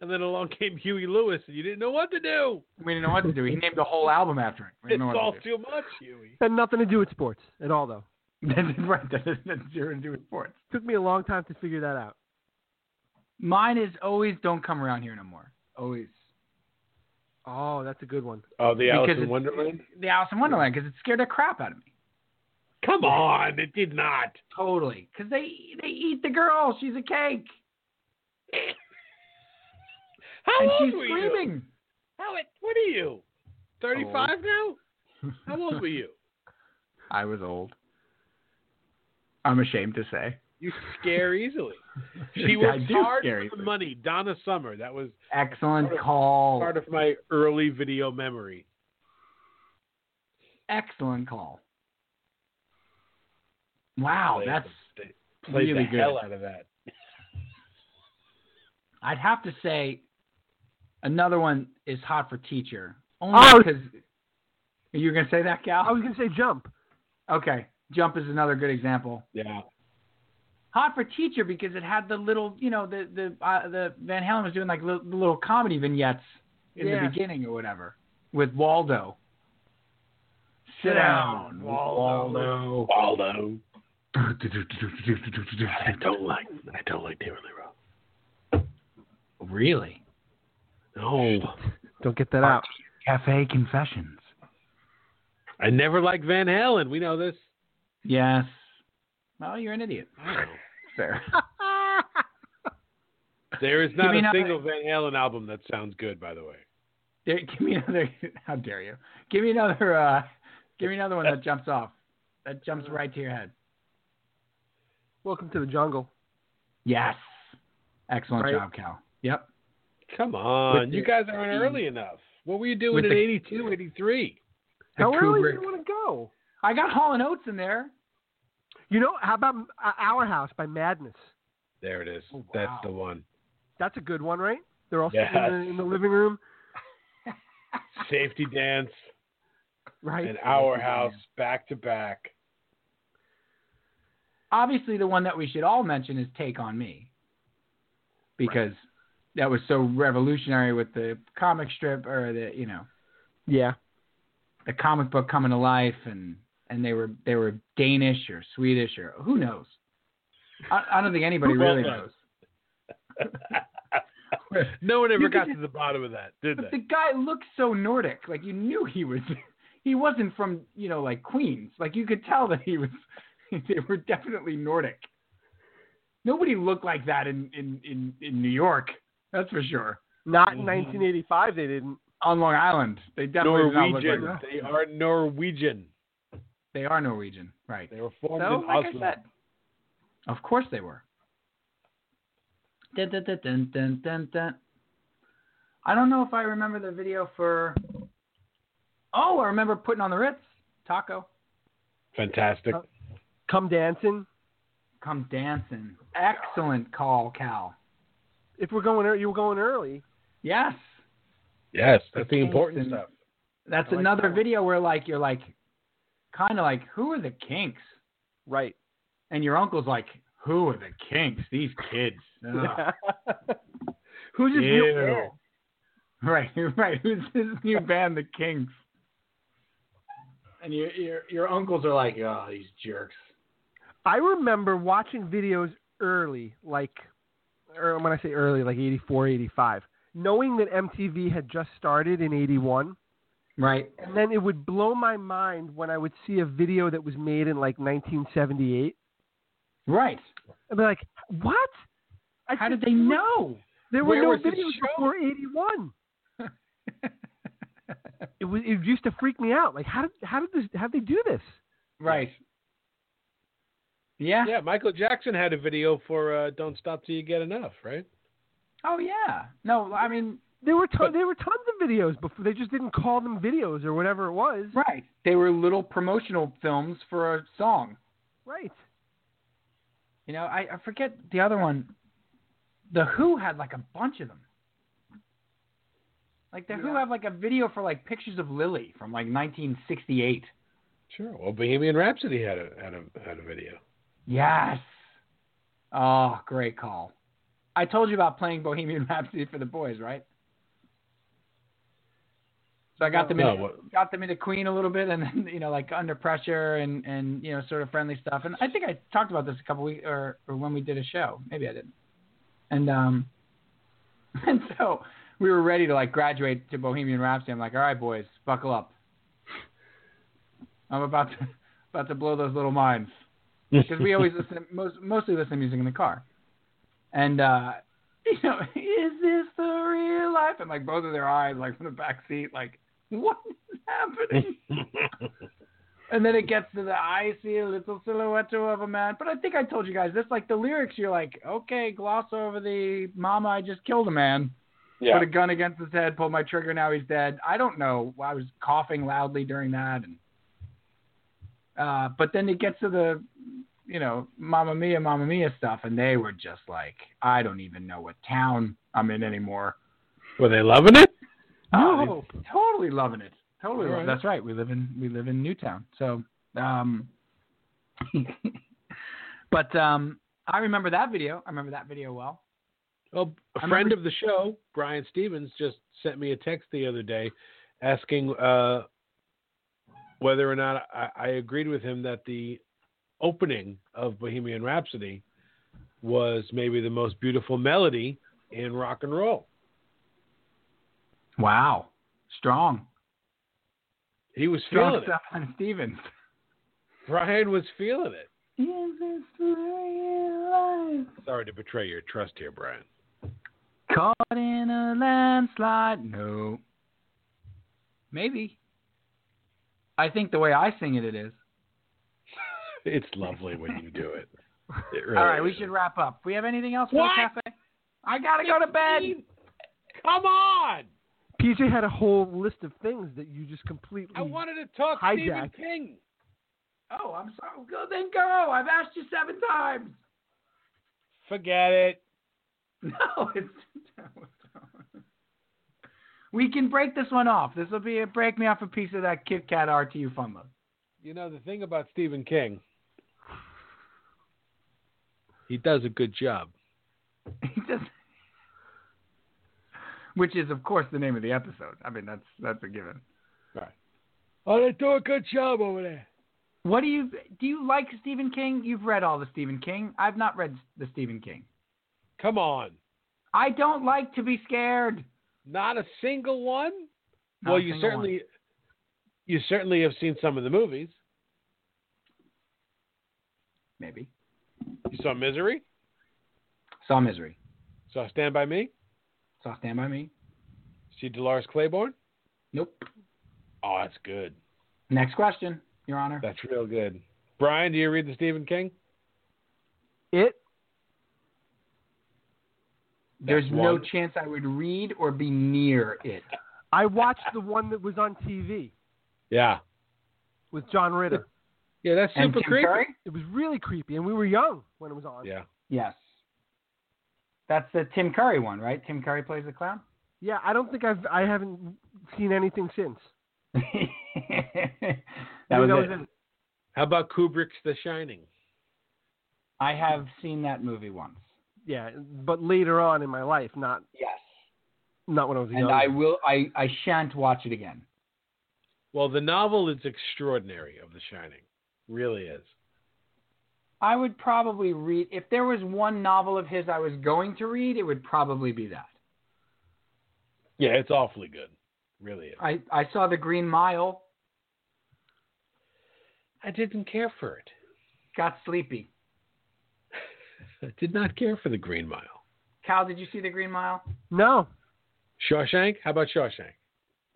Speaker 3: And then along came Huey Lewis, and you didn't know what to do.
Speaker 1: We didn't know what to do. He named the whole album after it. We
Speaker 3: It's
Speaker 1: didn't know
Speaker 3: all
Speaker 1: what to do.
Speaker 3: too much, Huey.
Speaker 2: Had nothing to do with sports at all, though.
Speaker 1: [LAUGHS] right. That has nothing to do with sports.
Speaker 2: Took me a long time to figure that out.
Speaker 1: Mine is always don't come around here no more. Always.
Speaker 2: Oh, that's a good one.
Speaker 3: Oh, the Alice
Speaker 1: Because
Speaker 3: in
Speaker 1: it-
Speaker 3: Wonderland.
Speaker 1: The Alice in Wonderland because it scared the crap out of me.
Speaker 3: Come on, it did not.
Speaker 1: Totally. Because they, they eat the girl. She's a cake.
Speaker 3: How
Speaker 1: and
Speaker 3: old
Speaker 1: she's
Speaker 3: were you?
Speaker 1: screaming.
Speaker 3: How it? What are you? Thirty-five
Speaker 1: Oh.
Speaker 3: now? How old were you?
Speaker 1: I was old. I'm ashamed to say.
Speaker 3: You
Speaker 1: [LAUGHS]
Speaker 3: scare easily.
Speaker 1: I
Speaker 3: She was
Speaker 1: do
Speaker 3: hard
Speaker 1: scare
Speaker 3: for
Speaker 1: easily. Oh.
Speaker 3: the money. Donna Summer. That was
Speaker 1: Excellent
Speaker 3: Part of-
Speaker 1: call.
Speaker 3: part of my early video memory.
Speaker 1: Excellent call. Wow,
Speaker 3: Played
Speaker 1: that's.
Speaker 3: the, played
Speaker 1: really
Speaker 3: the
Speaker 1: good.
Speaker 3: hell out of that.
Speaker 1: I'd have to say, another one is hot for teacher. Only
Speaker 2: Oh.
Speaker 1: because you were gonna say that,
Speaker 2: I
Speaker 1: Cal.
Speaker 2: was gonna say jump.
Speaker 1: Okay, jump is another good example.
Speaker 3: Yeah.
Speaker 1: Hot for teacher because it had the little, you know, the the uh, the Van Halen was doing like li- the little comedy vignettes in the
Speaker 2: Yeah.
Speaker 1: beginning or whatever with Waldo.
Speaker 2: Sit down,
Speaker 1: Waldo.
Speaker 3: Waldo. I don't like. I don't like David Lee Roth.
Speaker 1: Really?
Speaker 3: No.
Speaker 2: Don't get that out.
Speaker 1: Cafe Confessions.
Speaker 3: I never liked Van Halen. We know this.
Speaker 1: Yes. Well, you're an idiot.
Speaker 3: I don't know.
Speaker 2: [LAUGHS]
Speaker 1: Fair.
Speaker 3: There is not
Speaker 1: me
Speaker 3: a
Speaker 1: another-
Speaker 3: single Van Halen album that sounds good, by the way.
Speaker 1: There, give me another. How dare you? Give me another. Uh, give me another one that jumps off. That jumps right to your head.
Speaker 2: Welcome to the jungle.
Speaker 1: Yes. Excellent
Speaker 2: Right.
Speaker 1: job, Cal. Yep.
Speaker 3: Come on.
Speaker 1: With
Speaker 3: you
Speaker 1: the- E.
Speaker 3: guys aren't early enough. What were you doing
Speaker 1: With
Speaker 3: in
Speaker 1: the-
Speaker 3: '82, '83?
Speaker 1: The
Speaker 2: How early do
Speaker 1: Kubrick-
Speaker 2: you want to go?
Speaker 1: I got Hall and Oates in there.
Speaker 2: You know, how about uh, Our House by Madness?
Speaker 3: There it is.
Speaker 1: Oh, wow.
Speaker 3: That's the one.
Speaker 2: That's a good one, right? They're all sitting
Speaker 3: Yes.
Speaker 2: in, the, in the living room,
Speaker 3: Safety dance
Speaker 1: [LAUGHS]
Speaker 2: right?
Speaker 3: and our house back to back.
Speaker 1: obviously the one that we should all mention is Take on Me, because that was so revolutionary with the comic strip or the you know
Speaker 2: Yeah.
Speaker 1: the comic book coming to life and and they were they were Danish or Swedish or who knows. I, I don't think anybody
Speaker 3: Who
Speaker 1: really knows.
Speaker 3: knows? No one ever
Speaker 1: You
Speaker 3: got
Speaker 1: could-
Speaker 3: to the bottom of that, did
Speaker 1: But
Speaker 3: they?
Speaker 1: the guy looked so Nordic, like you knew he was he wasn't from you know like Queens, like you could tell that he was [LAUGHS] they were definitely Nordic. Nobody looked like that in in in, in New York, that's for sure.
Speaker 2: Not
Speaker 3: Mhm.
Speaker 2: in 1985. They didn't.
Speaker 1: On Long Island, they definitely did not look like
Speaker 3: Norwegian.
Speaker 1: that.
Speaker 3: They are Norwegian.
Speaker 1: They are Norwegian, right?
Speaker 3: They were formed
Speaker 1: So,
Speaker 3: in
Speaker 1: like
Speaker 3: Oslo.
Speaker 1: I said, of course they were. Dun, dun, dun, dun, dun, dun, dun. I don't know if I remember the video for. Oh, I remember putting on the Ritz taco.
Speaker 3: Fantastic.
Speaker 2: Uh, Come dancing.
Speaker 1: Come dancing. Excellent call, Cal.
Speaker 2: If we're going, ear- you were going early.
Speaker 1: Yes,
Speaker 3: yes, that's the important
Speaker 1: Jason.
Speaker 3: stuff.
Speaker 1: that's
Speaker 2: I like
Speaker 1: another
Speaker 2: that one.
Speaker 1: video where like you're like, kind of like, who are the Kinks?
Speaker 2: Right.
Speaker 1: And your uncle's like, who are the Kinks? These kids. Ugh. [LAUGHS]
Speaker 2: [LAUGHS] Who's his
Speaker 3: Ew.
Speaker 2: new band?
Speaker 1: Right, right. Who's this new band, the Kinks? And your your your uncles are like, oh, these jerks.
Speaker 2: I remember watching videos early, like, or when I say early, like 84, 85, knowing that MTV had just started in 81.
Speaker 1: Right.
Speaker 2: And then it would blow my mind when I would see a video that was made in like 1978.
Speaker 1: Right.
Speaker 2: I'd be like, what? I
Speaker 1: How did
Speaker 2: said,
Speaker 1: they know?
Speaker 2: There were
Speaker 1: Where
Speaker 2: no
Speaker 1: was this
Speaker 2: videos
Speaker 1: show?
Speaker 2: before 81. It, was, it used to freak me out. Like, how did, how did this, how'd they do this?
Speaker 1: [LAUGHS] right. Yeah.
Speaker 3: Yeah, Michael Jackson had a video for uh, "Don't Stop Till You Get Enough," right?
Speaker 1: Oh yeah. No, I mean,
Speaker 2: There were, ton
Speaker 3: But-
Speaker 2: there were tons of videos before. They just didn't call them videos or whatever it was.
Speaker 1: right. They were little promotional films for a song.
Speaker 2: Right.
Speaker 1: You know, I, I forget the other one. The Who had like a bunch of them. Like the Who
Speaker 2: Yeah.
Speaker 1: have like a video for like pictures of Lily from like 1968.
Speaker 3: Sure. Well, Bohemian Rhapsody had a had a had a video.
Speaker 1: Yes. Oh, great call. I told you about playing Bohemian [LAUGHS] Rhapsody for the boys, right? So I got them
Speaker 3: No,
Speaker 1: into,
Speaker 3: what-
Speaker 1: got them into Queen a little bit, and then [LAUGHS] you know, like under pressure and and you know, sort of friendly stuff. And I think I talked about this a couple weeks or or when we did a show. Maybe I didn't. And um, [LAUGHS] and so we were ready to like graduate to Bohemian Rhapsody. I'm like, all right, boys, buckle up. I'm about to [LAUGHS] about to blow those little minds because we
Speaker 3: [LAUGHS]
Speaker 1: always listen most mostly listen to music in the car. And uh [LAUGHS] you know, is this the real life? And like both of their eyes like from the back seat, like, what is
Speaker 3: [LAUGHS]
Speaker 1: happening? and then it gets to the I see a little silhouette of a man. But I think I told you guys this, like the lyrics, you're like, okay, gloss over the mama, I just killed a man. Put a gun against his head, pulled my trigger, now he's dead. I don't know. I was coughing loudly during that and uh, but then it gets to the, you know, Mamma Mia, Mamma Mia stuff, and they were just like, I don't even know what town I'm in anymore.
Speaker 3: Were they loving it?
Speaker 1: Oh, they- totally loving it. Totally, loving
Speaker 3: All
Speaker 1: it.
Speaker 3: right.
Speaker 1: that's right. We live in we live in Newtown, so. Um, [LAUGHS] but um, I remember that video. I remember that video well.
Speaker 3: Well,
Speaker 1: I
Speaker 3: a
Speaker 1: remember-
Speaker 3: friend of the show, Brian Stevens, just sent me a text the other day asking uh, whether or not I, I agreed with him that the opening of Bohemian Rhapsody was maybe the most beautiful melody in rock and roll.
Speaker 1: Wow, strong,
Speaker 3: He was
Speaker 1: strong
Speaker 3: feeling it.
Speaker 1: stuff on Stevens.
Speaker 3: Brian was feeling it.
Speaker 1: Is this real life?
Speaker 3: Sorry to betray your trust here, Brian.
Speaker 1: Caught in a landslide? No. Maybe. I think the way I sing it, it is.
Speaker 3: It's lovely when you do [LAUGHS] it. It really
Speaker 1: All right, we
Speaker 3: is.
Speaker 1: should wrap up. We have anything else for
Speaker 3: What?
Speaker 1: the cafe? I gotta go to bed.
Speaker 3: Come on!
Speaker 2: PJ had a whole list of things that you just completely.
Speaker 3: I wanted to talk Stephen
Speaker 2: Hijack.
Speaker 3: King.
Speaker 1: Oh, I'm sorry. Go then go. I've asked you seven times. [LAUGHS]
Speaker 3: Forget it.
Speaker 1: No, it's. [LAUGHS] we can break this one off. This will be a break me off a piece of that Kit Kat RTU fun load.
Speaker 3: You know the thing about Stephen King He does a good job.
Speaker 1: [LAUGHS] He just, which is of course the name of the episode. I mean, that's that's a given.
Speaker 3: Oh, they do a good job over there.
Speaker 1: What do you do? You like Stephen King? You've read all the Stephen King. I've not read the Stephen King.
Speaker 3: Come on.
Speaker 1: I don't like to be scared.
Speaker 3: Not a single one?
Speaker 1: Not
Speaker 3: well,
Speaker 1: a
Speaker 3: you
Speaker 1: single
Speaker 3: certainly you certainly have seen some of the movies.
Speaker 1: one. maybe
Speaker 3: You saw Misery?
Speaker 1: saw Misery,
Speaker 3: Saw Stand by Me?
Speaker 1: saw Stand by Me.
Speaker 3: See Dolores Claiborne?
Speaker 1: Nope.
Speaker 3: Oh, that's good.
Speaker 1: Next question, Your Honor.
Speaker 3: That's real good. Brian, do you read the Stephen King?
Speaker 2: It
Speaker 1: There's
Speaker 3: That's
Speaker 1: no
Speaker 3: one.
Speaker 1: chance I would read or be near it.
Speaker 2: I watched the one that was on TV
Speaker 3: Yeah.
Speaker 2: with John Ritter.
Speaker 3: Yeah, that's
Speaker 1: And
Speaker 3: super
Speaker 1: Tim
Speaker 3: creepy.
Speaker 1: Curry?
Speaker 2: It was really creepy, and we were young when it was on.
Speaker 3: Yeah.
Speaker 1: Yes. That's the Tim Curry one, right? Tim Curry plays the clown. [LAUGHS]
Speaker 2: Yeah, I don't think I've I haven't seen anything since.
Speaker 1: that
Speaker 2: Maybe
Speaker 1: was
Speaker 2: that
Speaker 1: it.
Speaker 2: was it.
Speaker 3: How about Kubrick's The Shining?
Speaker 1: I have seen that movie once.
Speaker 2: Yeah, but later on in my life, not
Speaker 1: Yes.
Speaker 2: not when I was young.
Speaker 1: And I will. I I shan't watch it again.
Speaker 3: Well, the novel is extraordinary of The Shining. Really is.
Speaker 1: I would probably read if there was one novel of his I was going to read, it would probably be that.
Speaker 3: Yeah, it's awfully good. Really is.
Speaker 1: I I saw The Green Mile,
Speaker 3: I didn't care for it.
Speaker 1: got sleepy.
Speaker 3: I did not care for The Green Mile.
Speaker 1: Cal, did you see The Green Mile?
Speaker 2: no.
Speaker 3: Shawshank? How about Shawshank?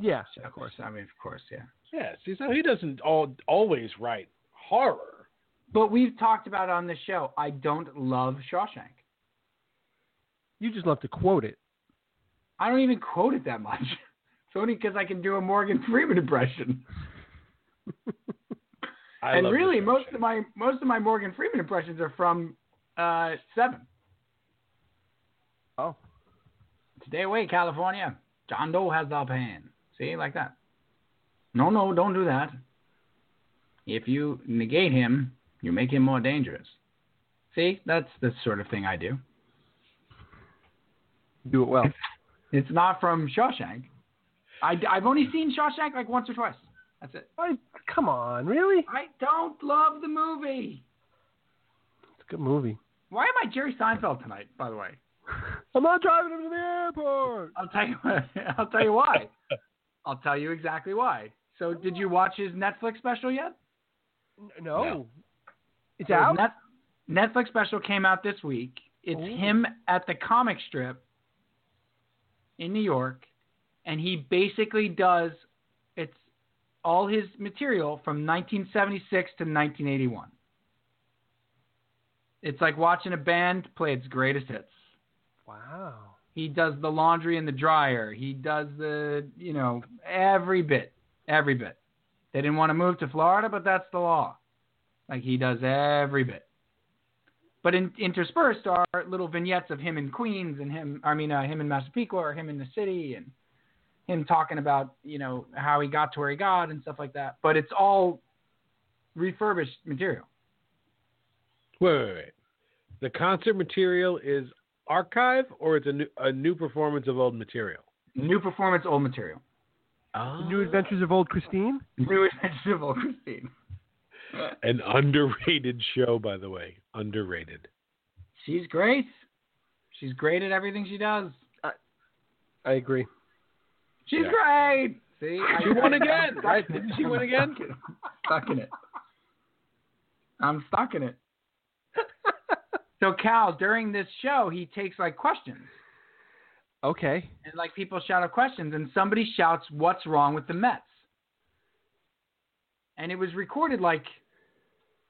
Speaker 2: Yeah.
Speaker 1: Of course. I mean, of course, yeah.
Speaker 3: Yeah, see, so he doesn't all, always write horror.
Speaker 1: But we've talked about on the show. I don't love Shawshank.
Speaker 2: You just love to quote it.
Speaker 1: I don't even quote it that much. [LAUGHS] It's only because I can do a Morgan Freeman impression.
Speaker 3: I
Speaker 1: and
Speaker 3: love the
Speaker 1: really, most
Speaker 3: Shawshank.
Speaker 1: of my most of my Morgan Freeman impressions are from uh, Seven.
Speaker 2: Oh.
Speaker 1: Stay away, California. John Doe has the upper hand. See, like that. No, no, don't do that. If you negate him, you make him more dangerous. See, that's the sort of thing I do.
Speaker 2: Do it well.
Speaker 1: It's not from Shawshank. I, I've only seen Shawshank like once or twice. That's it.
Speaker 2: [LAUGHS] I, come on, really?
Speaker 1: I don't love the movie.
Speaker 2: It's a good movie.
Speaker 1: Why am I Jerry Seinfeld tonight? By the way,
Speaker 2: [LAUGHS] I'm not driving him to the airport.
Speaker 1: I'll tell you. [LAUGHS] I'll tell you why. I'll tell you exactly why. So, did you watch his Netflix special yet?
Speaker 2: N- No.
Speaker 3: No.
Speaker 2: It's
Speaker 1: So his
Speaker 2: out? Oh.
Speaker 1: Net- Netflix special came out this week. It's
Speaker 2: Ooh.
Speaker 1: him at the comic strip in New York, and he basically does it's all his material from 1976 to 1981. It's like watching a band play its greatest hits.
Speaker 2: Wow.
Speaker 1: He does the laundry in the dryer. He does the, you know, every bit, every bit. They didn't want to move to Florida, but that's the law. Like he does every bit. But in, interspersed are little vignettes of him in Queens and him, I mean, uh, him in Massapequa or him in the city and him talking about, you know, how he got to where he got and stuff like that. But it's all refurbished material.
Speaker 3: Wait, wait, wait. The concert material is archive or it's a new, a new performance of old material?
Speaker 1: New performance, old material.
Speaker 3: Oh.
Speaker 2: The New Adventures of Old Christine?
Speaker 1: New [LAUGHS] Adventures of Old Christine.
Speaker 3: An underrated [LAUGHS] show, by the way. Underrated.
Speaker 1: She's great. She's great at everything she does.
Speaker 2: I agree.
Speaker 1: She's
Speaker 3: Yeah.
Speaker 1: great. See,
Speaker 3: She won again, right? Didn't she
Speaker 1: I'm
Speaker 3: win again?
Speaker 1: Stuck in, stuck in it. I'm stuck in it. So Cal, during this show, he takes like questions,
Speaker 2: [LAUGHS] okay.
Speaker 1: and like people shout out questions, and somebody shouts, "What's wrong with the Mets?" And it was recorded like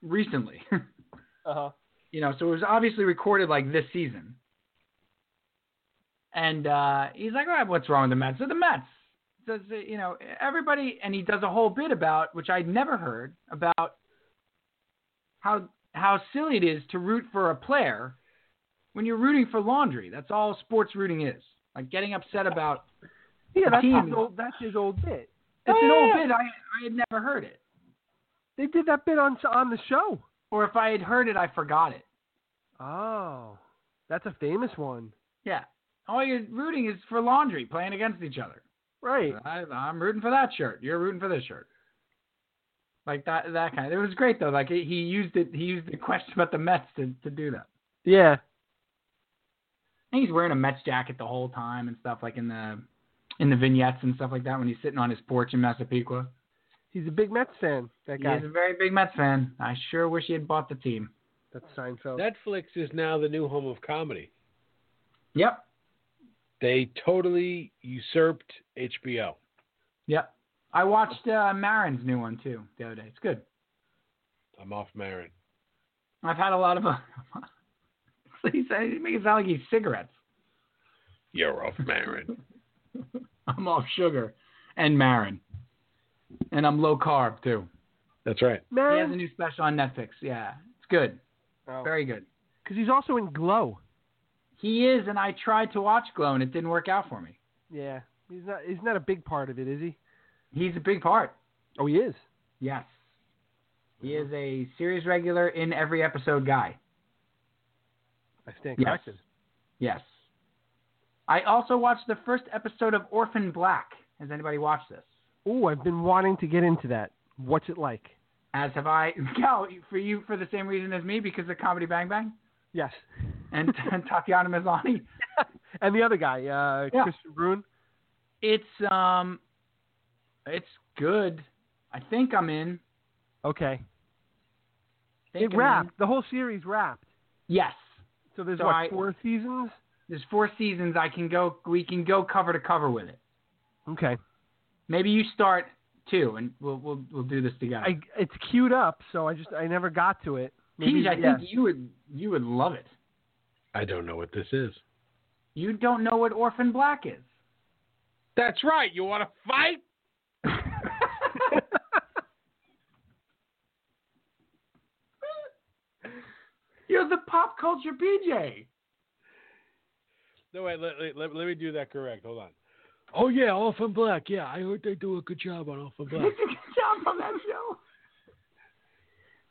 Speaker 1: recently, [LAUGHS]
Speaker 2: Uh-huh.
Speaker 1: you know. So it was obviously recorded like this season. And uh, he's like, "All right, what's wrong with the Mets?" So the Mets, does it- you know everybody and he does a whole bit about which I'd never heard about how how silly it is to root for a player when you're rooting for laundry. That's all sports rooting is. Like getting upset about
Speaker 2: Yeah, that's
Speaker 1: Team.
Speaker 2: his, old, that's his old bit.
Speaker 1: it's an old bit. I I had never heard it,
Speaker 2: They did that bit on on the show.
Speaker 1: or if I had heard it, I forgot it.
Speaker 2: Oh, that's a famous one.
Speaker 1: Yeah. All you're rooting is for laundry playing against each other.
Speaker 2: Right.
Speaker 1: I, I'm rooting for that shirt. You're rooting for this shirt. Like that, that kind. Of, it was great though. Like he he used it. He used the question about the Mets to to do that.
Speaker 2: Yeah.
Speaker 1: And he's wearing a Mets jacket the whole time and stuff. Like in the in the vignettes and stuff like that when he's sitting on his porch in Massapequa.
Speaker 2: He's a big Mets fan. That guy.
Speaker 1: He's a very big Mets fan. I sure wish he had bought the team.
Speaker 2: That's Seinfeld.
Speaker 3: Netflix is now the new home of comedy.
Speaker 1: Yep.
Speaker 3: They totally usurped HBO.
Speaker 1: Yep. I watched uh, Marin's new one too the other day. It's good.
Speaker 3: I'm off Marin.
Speaker 1: I've had a lot of. [LAUGHS] Uh, he said he makes it sound like he's cigarettes.
Speaker 3: You're off [LAUGHS] Marin.
Speaker 1: [LAUGHS] I'm off sugar and Marin, and I'm low carb too.
Speaker 3: That's right.
Speaker 1: He has a
Speaker 2: Man.
Speaker 1: new special on Netflix. Yeah, it's good.
Speaker 2: Because
Speaker 1: Very good.
Speaker 2: he's also in Glow.
Speaker 1: He is, and I tried to watch Glow, and it didn't work out for me.
Speaker 2: Yeah. He's not. He's not a big part of it, is he?
Speaker 1: He's a big part.
Speaker 2: Oh, he is.
Speaker 1: Yes. He is a series regular in every episode guy.
Speaker 2: I stand
Speaker 1: Yes.
Speaker 2: corrected.
Speaker 1: Yes. I also watched the first episode of Orphan Black. Has anybody watched this?
Speaker 2: Oh, I've been wanting to get into that. What's it like?
Speaker 1: As have I. [LAUGHS] Cal, for you, for the same reason as me, because of Comedy Bang Bang
Speaker 2: Yes. [LAUGHS]
Speaker 1: and, [LAUGHS] and Tatiana Maslany.
Speaker 2: and the other guy, uh,
Speaker 1: Yeah.
Speaker 2: Christian Bruin.
Speaker 1: It's um, it's good. I think I'm in.
Speaker 2: Okay.
Speaker 1: Think
Speaker 2: it
Speaker 1: I'm
Speaker 2: wrapped.
Speaker 1: in.
Speaker 2: The whole series wrapped.
Speaker 1: Yes.
Speaker 2: So there's
Speaker 1: So
Speaker 2: what
Speaker 1: I-
Speaker 2: four seasons?
Speaker 1: There's four seasons. I can go. We can go cover to cover with it.
Speaker 2: Okay.
Speaker 1: Maybe you start two, and we'll we'll we'll do this together.
Speaker 2: I it's queued up, so I just I never got to it. Maybe-
Speaker 1: Keej, I
Speaker 2: yeah. [LAUGHS]
Speaker 1: think you would you would love it.
Speaker 3: I don't know what this is.
Speaker 1: You don't know what Orphan Black is.
Speaker 3: That's right. You want to fight?
Speaker 1: You're the pop culture PJ.
Speaker 3: No, wait. Let, let, let, let me do that correct. Hold on. Oh yeah, Orphan Black. Yeah, I heard they do a good job on Orphan
Speaker 1: It's a good job on that show.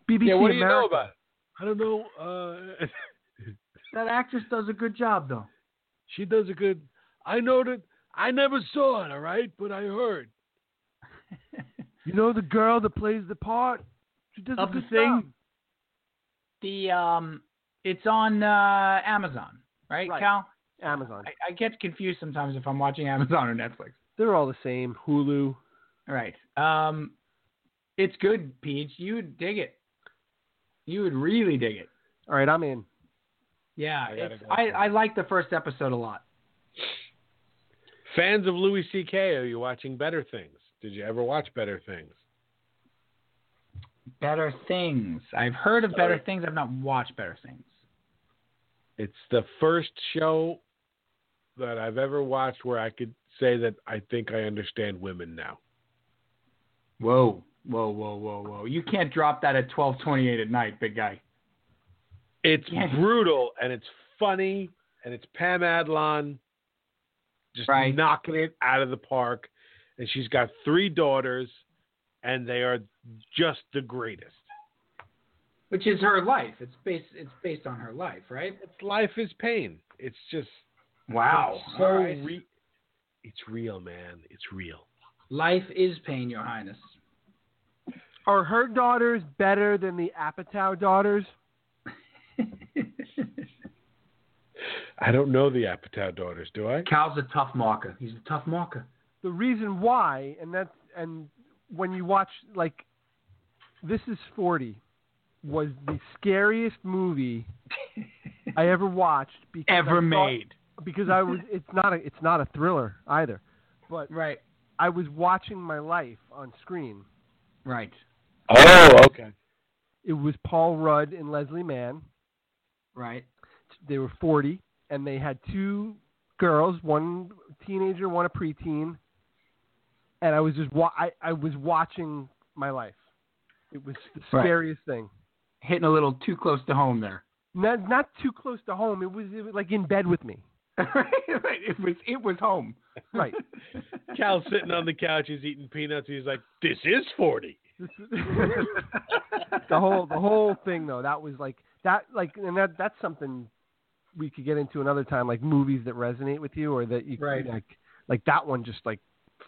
Speaker 2: BBC
Speaker 3: [LAUGHS] yeah, what do you know
Speaker 2: America.
Speaker 3: about? It? [LAUGHS] I don't know. Uh, [LAUGHS]
Speaker 1: That actress does a good job [LAUGHS] though.
Speaker 3: she does a good. I know that I never saw it. All right, but I heard.
Speaker 2: You know the girl that plays the part. She does
Speaker 1: Of
Speaker 2: a
Speaker 1: the
Speaker 2: good
Speaker 1: thing?
Speaker 2: job.
Speaker 1: The um, it's on uh, Amazon, right,
Speaker 2: Right.
Speaker 1: Cal?
Speaker 2: Amazon.
Speaker 1: I, I get confused sometimes if I'm watching [LAUGHS] Amazon or Netflix.
Speaker 2: They're all the same. Hulu.
Speaker 1: All right. Um, it's good, Peach. You would dig it. You would really dig it.
Speaker 2: All right, I'm in.
Speaker 1: Yeah,
Speaker 3: I
Speaker 1: I,
Speaker 3: gotta
Speaker 1: it's,
Speaker 3: go
Speaker 1: I,
Speaker 3: for it.
Speaker 1: I like the first episode a lot.
Speaker 3: Fans of Louis C.K., are you watching Better Things? Did you ever watch Better Things?
Speaker 1: Better Things. I've heard of Better
Speaker 3: Sorry.
Speaker 1: Things. I've not watched Better Things.
Speaker 3: It's the first show that I've ever watched where I could say that I think I understand women now.
Speaker 1: Whoa, whoa, whoa, whoa, whoa! You can't drop that at twelve twenty-eight at night, big guy.
Speaker 3: It's
Speaker 1: Yeah.
Speaker 3: brutal and it's funny and it's Pam Adlon just
Speaker 1: Right.
Speaker 3: knocking it out of the park. And she's got three daughters and they are just the greatest.
Speaker 1: Which is her life. It's based. It's based on her life, right?
Speaker 3: It's life is pain. It's just
Speaker 1: Wow.
Speaker 3: so
Speaker 1: All right.
Speaker 3: re- it's real, man. It's real.
Speaker 1: life is pain, Your Highness.
Speaker 2: Are her daughters better than the Apatow daughters?
Speaker 3: I don't know the Apatow daughters, do I?
Speaker 1: [LAUGHS] Cal's a tough marker. He's a tough marker.
Speaker 2: the reason why, and that's and when you watch like this is forty was the scariest movie I ever watched because I
Speaker 1: Ever
Speaker 2: thought-
Speaker 1: made.
Speaker 2: because I was it's not a it's not a thriller either, but
Speaker 1: Right.
Speaker 2: I was watching my life on screen.
Speaker 1: Right.
Speaker 3: Oh, okay.
Speaker 2: It was Paul Rudd and Leslie Mann.
Speaker 1: Right.
Speaker 2: They were forty and they had two girls, one teenager, one a preteen, and I was just wa- I I was watching my life. It was the
Speaker 1: Right.
Speaker 2: scariest thing.
Speaker 1: Hitting a little too close to home there. [LAUGHS]
Speaker 2: Not not too close to home. It was, it was like in bed with me.
Speaker 1: It was. It was home. [LAUGHS]
Speaker 2: Right.
Speaker 3: Cal's sitting on the couch. He's eating peanuts. He's like, "This is 40.
Speaker 1: [LAUGHS]
Speaker 2: This is- the whole the whole thing though that was like that like and that that's something we could get into another time, like movies that resonate with you or that you
Speaker 1: Right.
Speaker 2: like like that one just like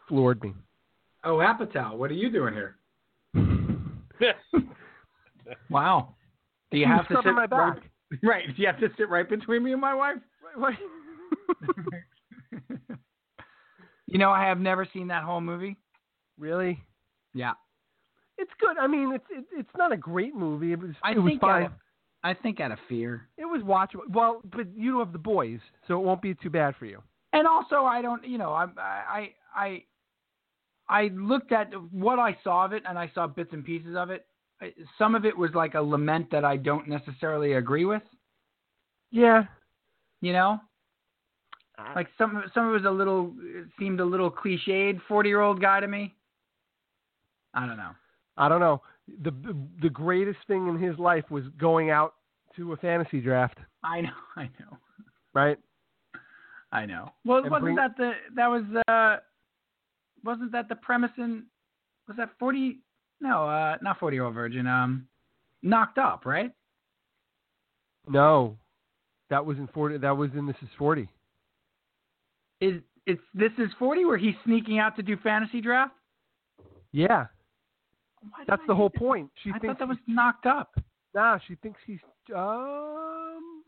Speaker 2: floored me.
Speaker 1: [LAUGHS] Oh, Apatow, what are you doing here? Wow. Do you
Speaker 2: Who's
Speaker 1: have to
Speaker 2: covering
Speaker 1: sit
Speaker 2: my back?
Speaker 1: Right, [LAUGHS] right, Do you have to sit right between me and my wife?
Speaker 2: What-
Speaker 1: you know, I have never seen that whole movie.
Speaker 2: really?
Speaker 1: Yeah.
Speaker 2: It's good. I mean, it's it, it's not a great movie. It was
Speaker 1: I
Speaker 2: it was
Speaker 1: think uh,
Speaker 2: fine.
Speaker 1: out of, I think out of fear.
Speaker 2: It was watchable. Well, but you have the boys, so it won't be too bad for you.
Speaker 1: And also, I don't, you know, I I I I looked at what I saw of it, and I saw bits and pieces of it. I- Some of it was like a lament that I don't necessarily agree with.
Speaker 2: Yeah.
Speaker 1: You know, like some of- some of it was a little it seemed a little cliched forty year old guy to me. I don't know.
Speaker 2: I don't know. The the greatest thing in his life was going out to a fantasy draft,
Speaker 1: I know. [LAUGHS] I know.
Speaker 2: right?
Speaker 1: I know. Well,
Speaker 2: And
Speaker 1: wasn't
Speaker 2: bring-
Speaker 1: that the that was uh wasn't that the premise in was that forty? No, uh, not forty year old virgin. Um, knocked up, right?
Speaker 2: No, that was in forty. That was in this is forty.
Speaker 1: Is it's this is forty where he's sneaking out to do fantasy draft?
Speaker 2: Yeah,
Speaker 1: Why did
Speaker 2: that's
Speaker 1: I
Speaker 2: the whole
Speaker 1: think-
Speaker 2: point. She
Speaker 1: I
Speaker 2: thinks
Speaker 1: thought that was
Speaker 2: he's-
Speaker 1: knocked up.
Speaker 2: nah. She thinks he's um.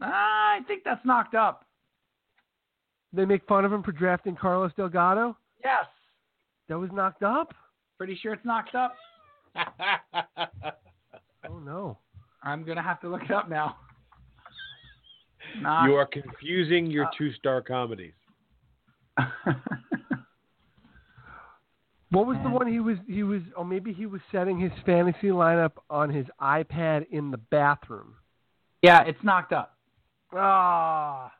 Speaker 1: Ah, I think that's knocked up.
Speaker 2: They make fun of him for drafting Carlos Delgado.
Speaker 1: Yes,
Speaker 2: That was knocked up.
Speaker 1: pretty sure it's knocked up.
Speaker 2: Oh no.
Speaker 1: I'm gonna have to look it up now. Knocked
Speaker 3: you are confusing your two star comedies.
Speaker 2: What was the
Speaker 1: Man.
Speaker 2: one he was he was or maybe he was setting his fantasy lineup on his iPad in the bathroom.
Speaker 1: [LAUGHS] yeah, it's knocked up.
Speaker 2: Ah,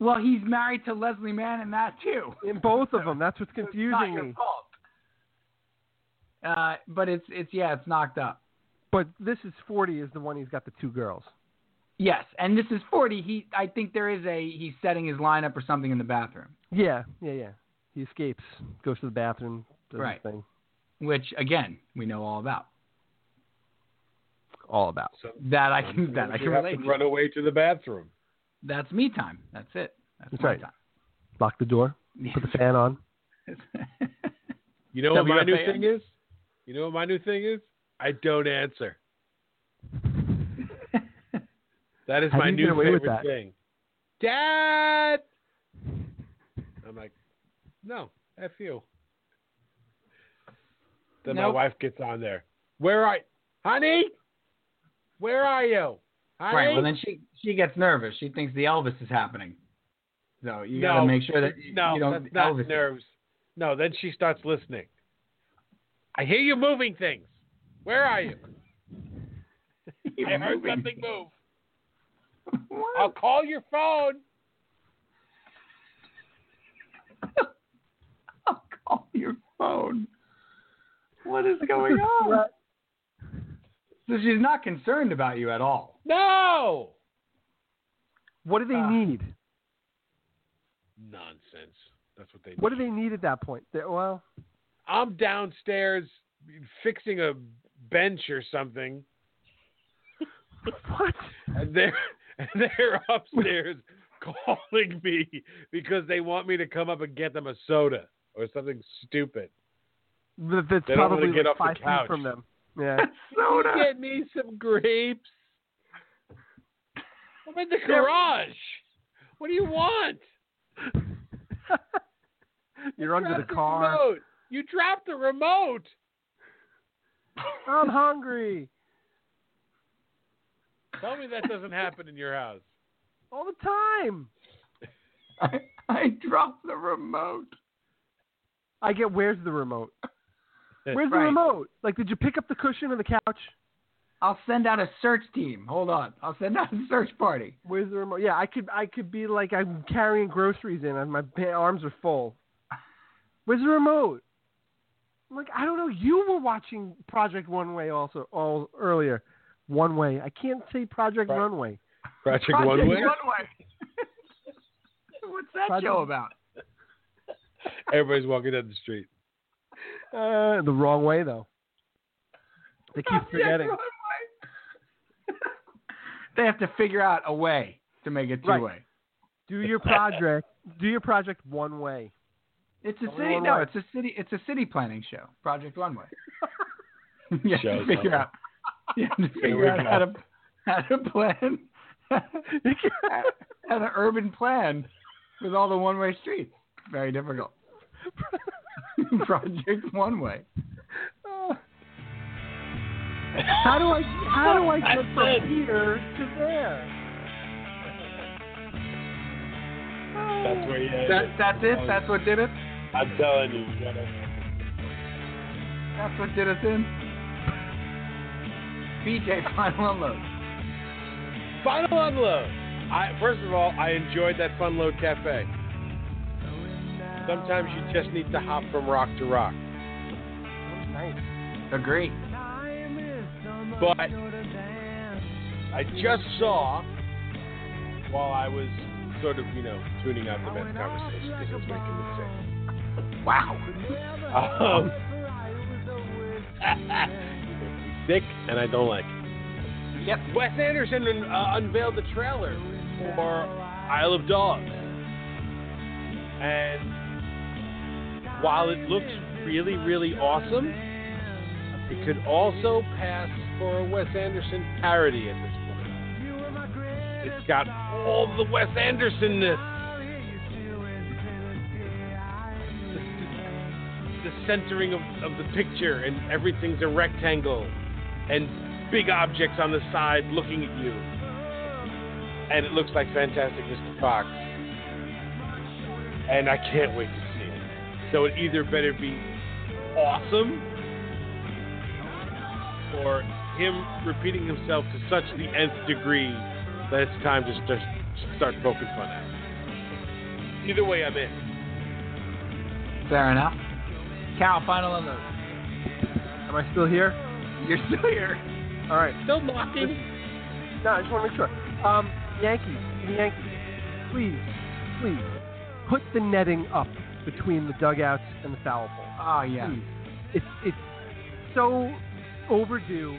Speaker 1: Well, he's married to Leslie Mann in that too.
Speaker 2: in both of them. That's what's
Speaker 1: It's not
Speaker 2: confusing
Speaker 1: your
Speaker 2: me.
Speaker 1: fault. Uh, but it's it's yeah, it's knocked up.
Speaker 2: But this is 40 is the one he's got the two girls.
Speaker 1: Yes, and this is forty. He I think there is a he's setting his lineup or something in the bathroom,
Speaker 2: Yeah, yeah, yeah. He escapes, goes to the bathroom, does
Speaker 1: Right.
Speaker 2: his thing.
Speaker 1: which again we know all about.
Speaker 2: All about.
Speaker 3: So
Speaker 1: That I can that I
Speaker 3: you
Speaker 1: can
Speaker 3: have
Speaker 1: relate.
Speaker 3: to
Speaker 1: to.
Speaker 3: run away to the bathroom.
Speaker 1: That's me time. That's it. That's,
Speaker 2: That's
Speaker 1: my
Speaker 2: right. Lock the door, put the fan on.
Speaker 1: time.
Speaker 3: You know
Speaker 1: Is that
Speaker 3: what my
Speaker 1: my
Speaker 3: new
Speaker 1: fan?
Speaker 3: thing is? You know what my new thing is? I don't answer. That is
Speaker 2: How do
Speaker 3: my
Speaker 2: you get
Speaker 3: new
Speaker 2: away with
Speaker 3: favorite
Speaker 2: that?
Speaker 3: thing. Dad. I'm like, no, f you. Then my
Speaker 1: Nope.
Speaker 3: wife gets on there. Where are, honey? Where are you? Honey?
Speaker 1: [LAUGHS] right. Well, then she she gets nervous. She thinks the Elvis is happening. So you got
Speaker 3: No,
Speaker 1: to make sure that you,
Speaker 3: no,
Speaker 1: you don't
Speaker 3: that's not
Speaker 1: Elvis. it.
Speaker 3: nerves. No, then she starts listening. I hear you moving things. Where are you?
Speaker 1: You're
Speaker 3: I heard
Speaker 1: moving. [LAUGHS]
Speaker 3: something move.
Speaker 1: What?
Speaker 3: I'll call your phone.
Speaker 1: [LAUGHS] I'll call your phone. What is going on?
Speaker 2: Right.
Speaker 1: So she's not concerned about you at all. [LAUGHS]
Speaker 3: No.
Speaker 2: What do they
Speaker 1: Ah.
Speaker 2: need?
Speaker 3: Nonsense. That's what they.
Speaker 2: What do they need at that point? They, well,
Speaker 3: I'm downstairs fixing a bench or something,
Speaker 2: what?
Speaker 3: and they're [LAUGHS] and they're upstairs [LAUGHS] calling me because they want me to come up and get them a soda or something stupid.
Speaker 2: Th- That's
Speaker 3: They don't wanna
Speaker 2: probably
Speaker 3: get
Speaker 2: like
Speaker 3: off the
Speaker 2: five feet
Speaker 3: couch.
Speaker 2: from them. Yeah.
Speaker 3: [LAUGHS]
Speaker 1: Soda.
Speaker 3: Get me some grapes. I'm in the
Speaker 1: They're-
Speaker 3: garage. What do you want?
Speaker 2: You're under
Speaker 3: Drop
Speaker 2: the car.
Speaker 3: remote. You dropped the remote.
Speaker 2: I'm hungry
Speaker 3: Tell me that doesn't happen in your house.
Speaker 2: all the time.
Speaker 1: I, I dropped the remote.
Speaker 2: I get where's the remote? Where's the
Speaker 1: Right.
Speaker 2: remote? Like, did you pick up the cushion or the couch?
Speaker 1: I'll send out a search team. Hold on. I'll send out a search party.
Speaker 2: Where's the remote? Yeah, I could I could be like I'm carrying groceries in and my ba- arms are full. Where's the remote? I'm like I don't know. You were watching Project One Way also all earlier. One Way. I can't say Project
Speaker 3: Right.
Speaker 2: Runway.
Speaker 3: Project
Speaker 1: Project [LAUGHS] What's that
Speaker 2: Project-
Speaker 1: show about?
Speaker 3: Everybody's walking down the street.
Speaker 2: Uh, the wrong way though. They keep
Speaker 1: Project
Speaker 2: forgetting.
Speaker 1: Runway. [LAUGHS] They have to figure out a way to make it two
Speaker 2: Right.
Speaker 1: way.
Speaker 2: Do your project. do your project
Speaker 1: [LAUGHS]
Speaker 2: one way.
Speaker 1: It's a
Speaker 2: Only
Speaker 1: city.
Speaker 2: one
Speaker 1: No,
Speaker 2: way.
Speaker 1: it's a city. It's a city planning show. Project
Speaker 3: [LAUGHS]
Speaker 1: Runway. yeah,
Speaker 4: Shows
Speaker 1: to figure
Speaker 4: up.
Speaker 1: out. Yeah, to
Speaker 4: we
Speaker 1: figure out
Speaker 4: go.
Speaker 1: how to how to plan [LAUGHS] how to urban plan with all the one way streets. Very difficult. [LAUGHS] Project One Way. Uh,
Speaker 2: [LAUGHS] How do I? How do I
Speaker 4: That's
Speaker 2: get from
Speaker 4: it.
Speaker 2: here to there? Oh.
Speaker 4: That's where Oh, you end
Speaker 1: That,
Speaker 4: it.
Speaker 1: that's it. That's what did it.
Speaker 4: I'm telling you, you gotta,
Speaker 1: That's what did us in. BJ, final unload.
Speaker 3: Final unload. I, first of all, I enjoyed that Fun Load Cafe. Sometimes you just need to hop from rock to rock.
Speaker 2: Nice.
Speaker 1: Agree.
Speaker 3: But I just saw while I was sort of, you know, tuning out the best conversation because it was making me sick.
Speaker 1: Wow.
Speaker 3: Um, sick, and I don't like it.
Speaker 1: Yep.
Speaker 3: Wes Anderson un- uh, unveiled the trailer for Isle of Dogs. And while it looks really, really awesome, it could also pass for a Wes Anderson parody at this point. It's got all the Wes Andersonness. [LAUGHS] The centering of, of the picture, and everything's a rectangle, and big objects on the side looking at you. And it looks like Fantastic Mr. Fox. And I can't wait to see it. So it either better be awesome or him repeating himself to such the nth degree that it's time to start, start poking fun at. him. Either way, I'm in.
Speaker 1: Fair enough. Cal, final unload.
Speaker 2: Am I still here?
Speaker 1: You're still here.
Speaker 2: All right.
Speaker 3: Still knocking.
Speaker 2: No, I just want to make sure. Um, Yankees, the Yankees, please, please, put the netting up between the dugouts and the foul pole.
Speaker 1: Oh yeah.
Speaker 2: Please. It's it's so overdue.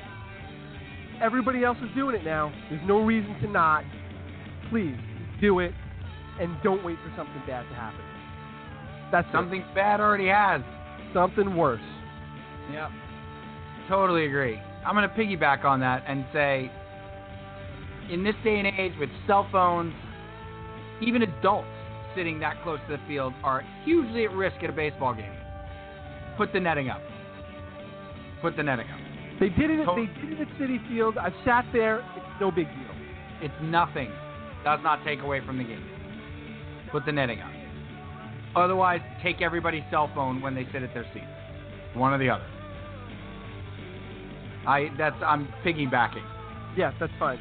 Speaker 2: Everybody else is doing it now. There's no reason to not. Please do it, and don't wait for something bad to happen. That's it.
Speaker 1: Something bad already has.
Speaker 2: something worse.
Speaker 1: Yep. Totally agree. I'm going to piggyback on that and say in this day and age with cell phones, even adults sitting that close to the field are hugely at risk at a baseball game. Put the netting up. Put the netting up.
Speaker 2: They did it. At,
Speaker 1: Tot-
Speaker 2: they did it at City Field. I've sat there. It's no big deal.
Speaker 1: It's nothing. Does not take away from the game. Put the netting up. Otherwise, take everybody's cell phone when they sit at their seat. One or the other. I that's I'm piggybacking.
Speaker 2: Yeah, that's fine.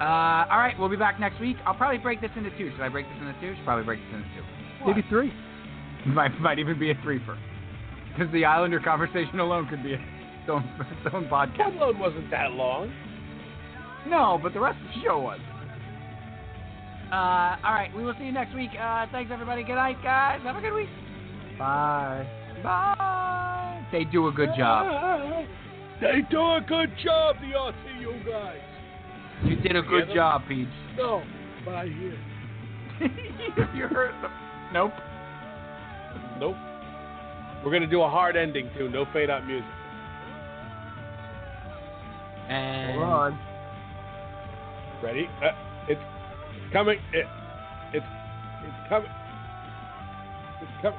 Speaker 1: Uh, all right, we'll be back next week. I'll probably break this into two. Should I break this into two? Should probably break this into two.
Speaker 2: Maybe three.
Speaker 1: [LAUGHS] Might might even be a threefer. Because the Islander conversation alone could be its [LAUGHS] own, its own podcast.
Speaker 3: Download wasn't that long.
Speaker 1: No, but the rest of the show was. Uh, all right, we will see you next week. Uh, thanks everybody. Good night, guys. Have a good week.
Speaker 2: Bye.
Speaker 1: Bye. They do a good job.
Speaker 3: Ah, They do a good job, the RCU guys.
Speaker 1: You did a good
Speaker 3: Yeah.
Speaker 1: job, Pete.
Speaker 3: No, but I hear.
Speaker 1: [LAUGHS] you heard them. Nope.
Speaker 3: Nope. We're gonna do a hard ending too. No fade out music.
Speaker 1: And
Speaker 2: Hold on.
Speaker 3: Ready? Uh, it's it's coming. It, it's it's coming. It's coming.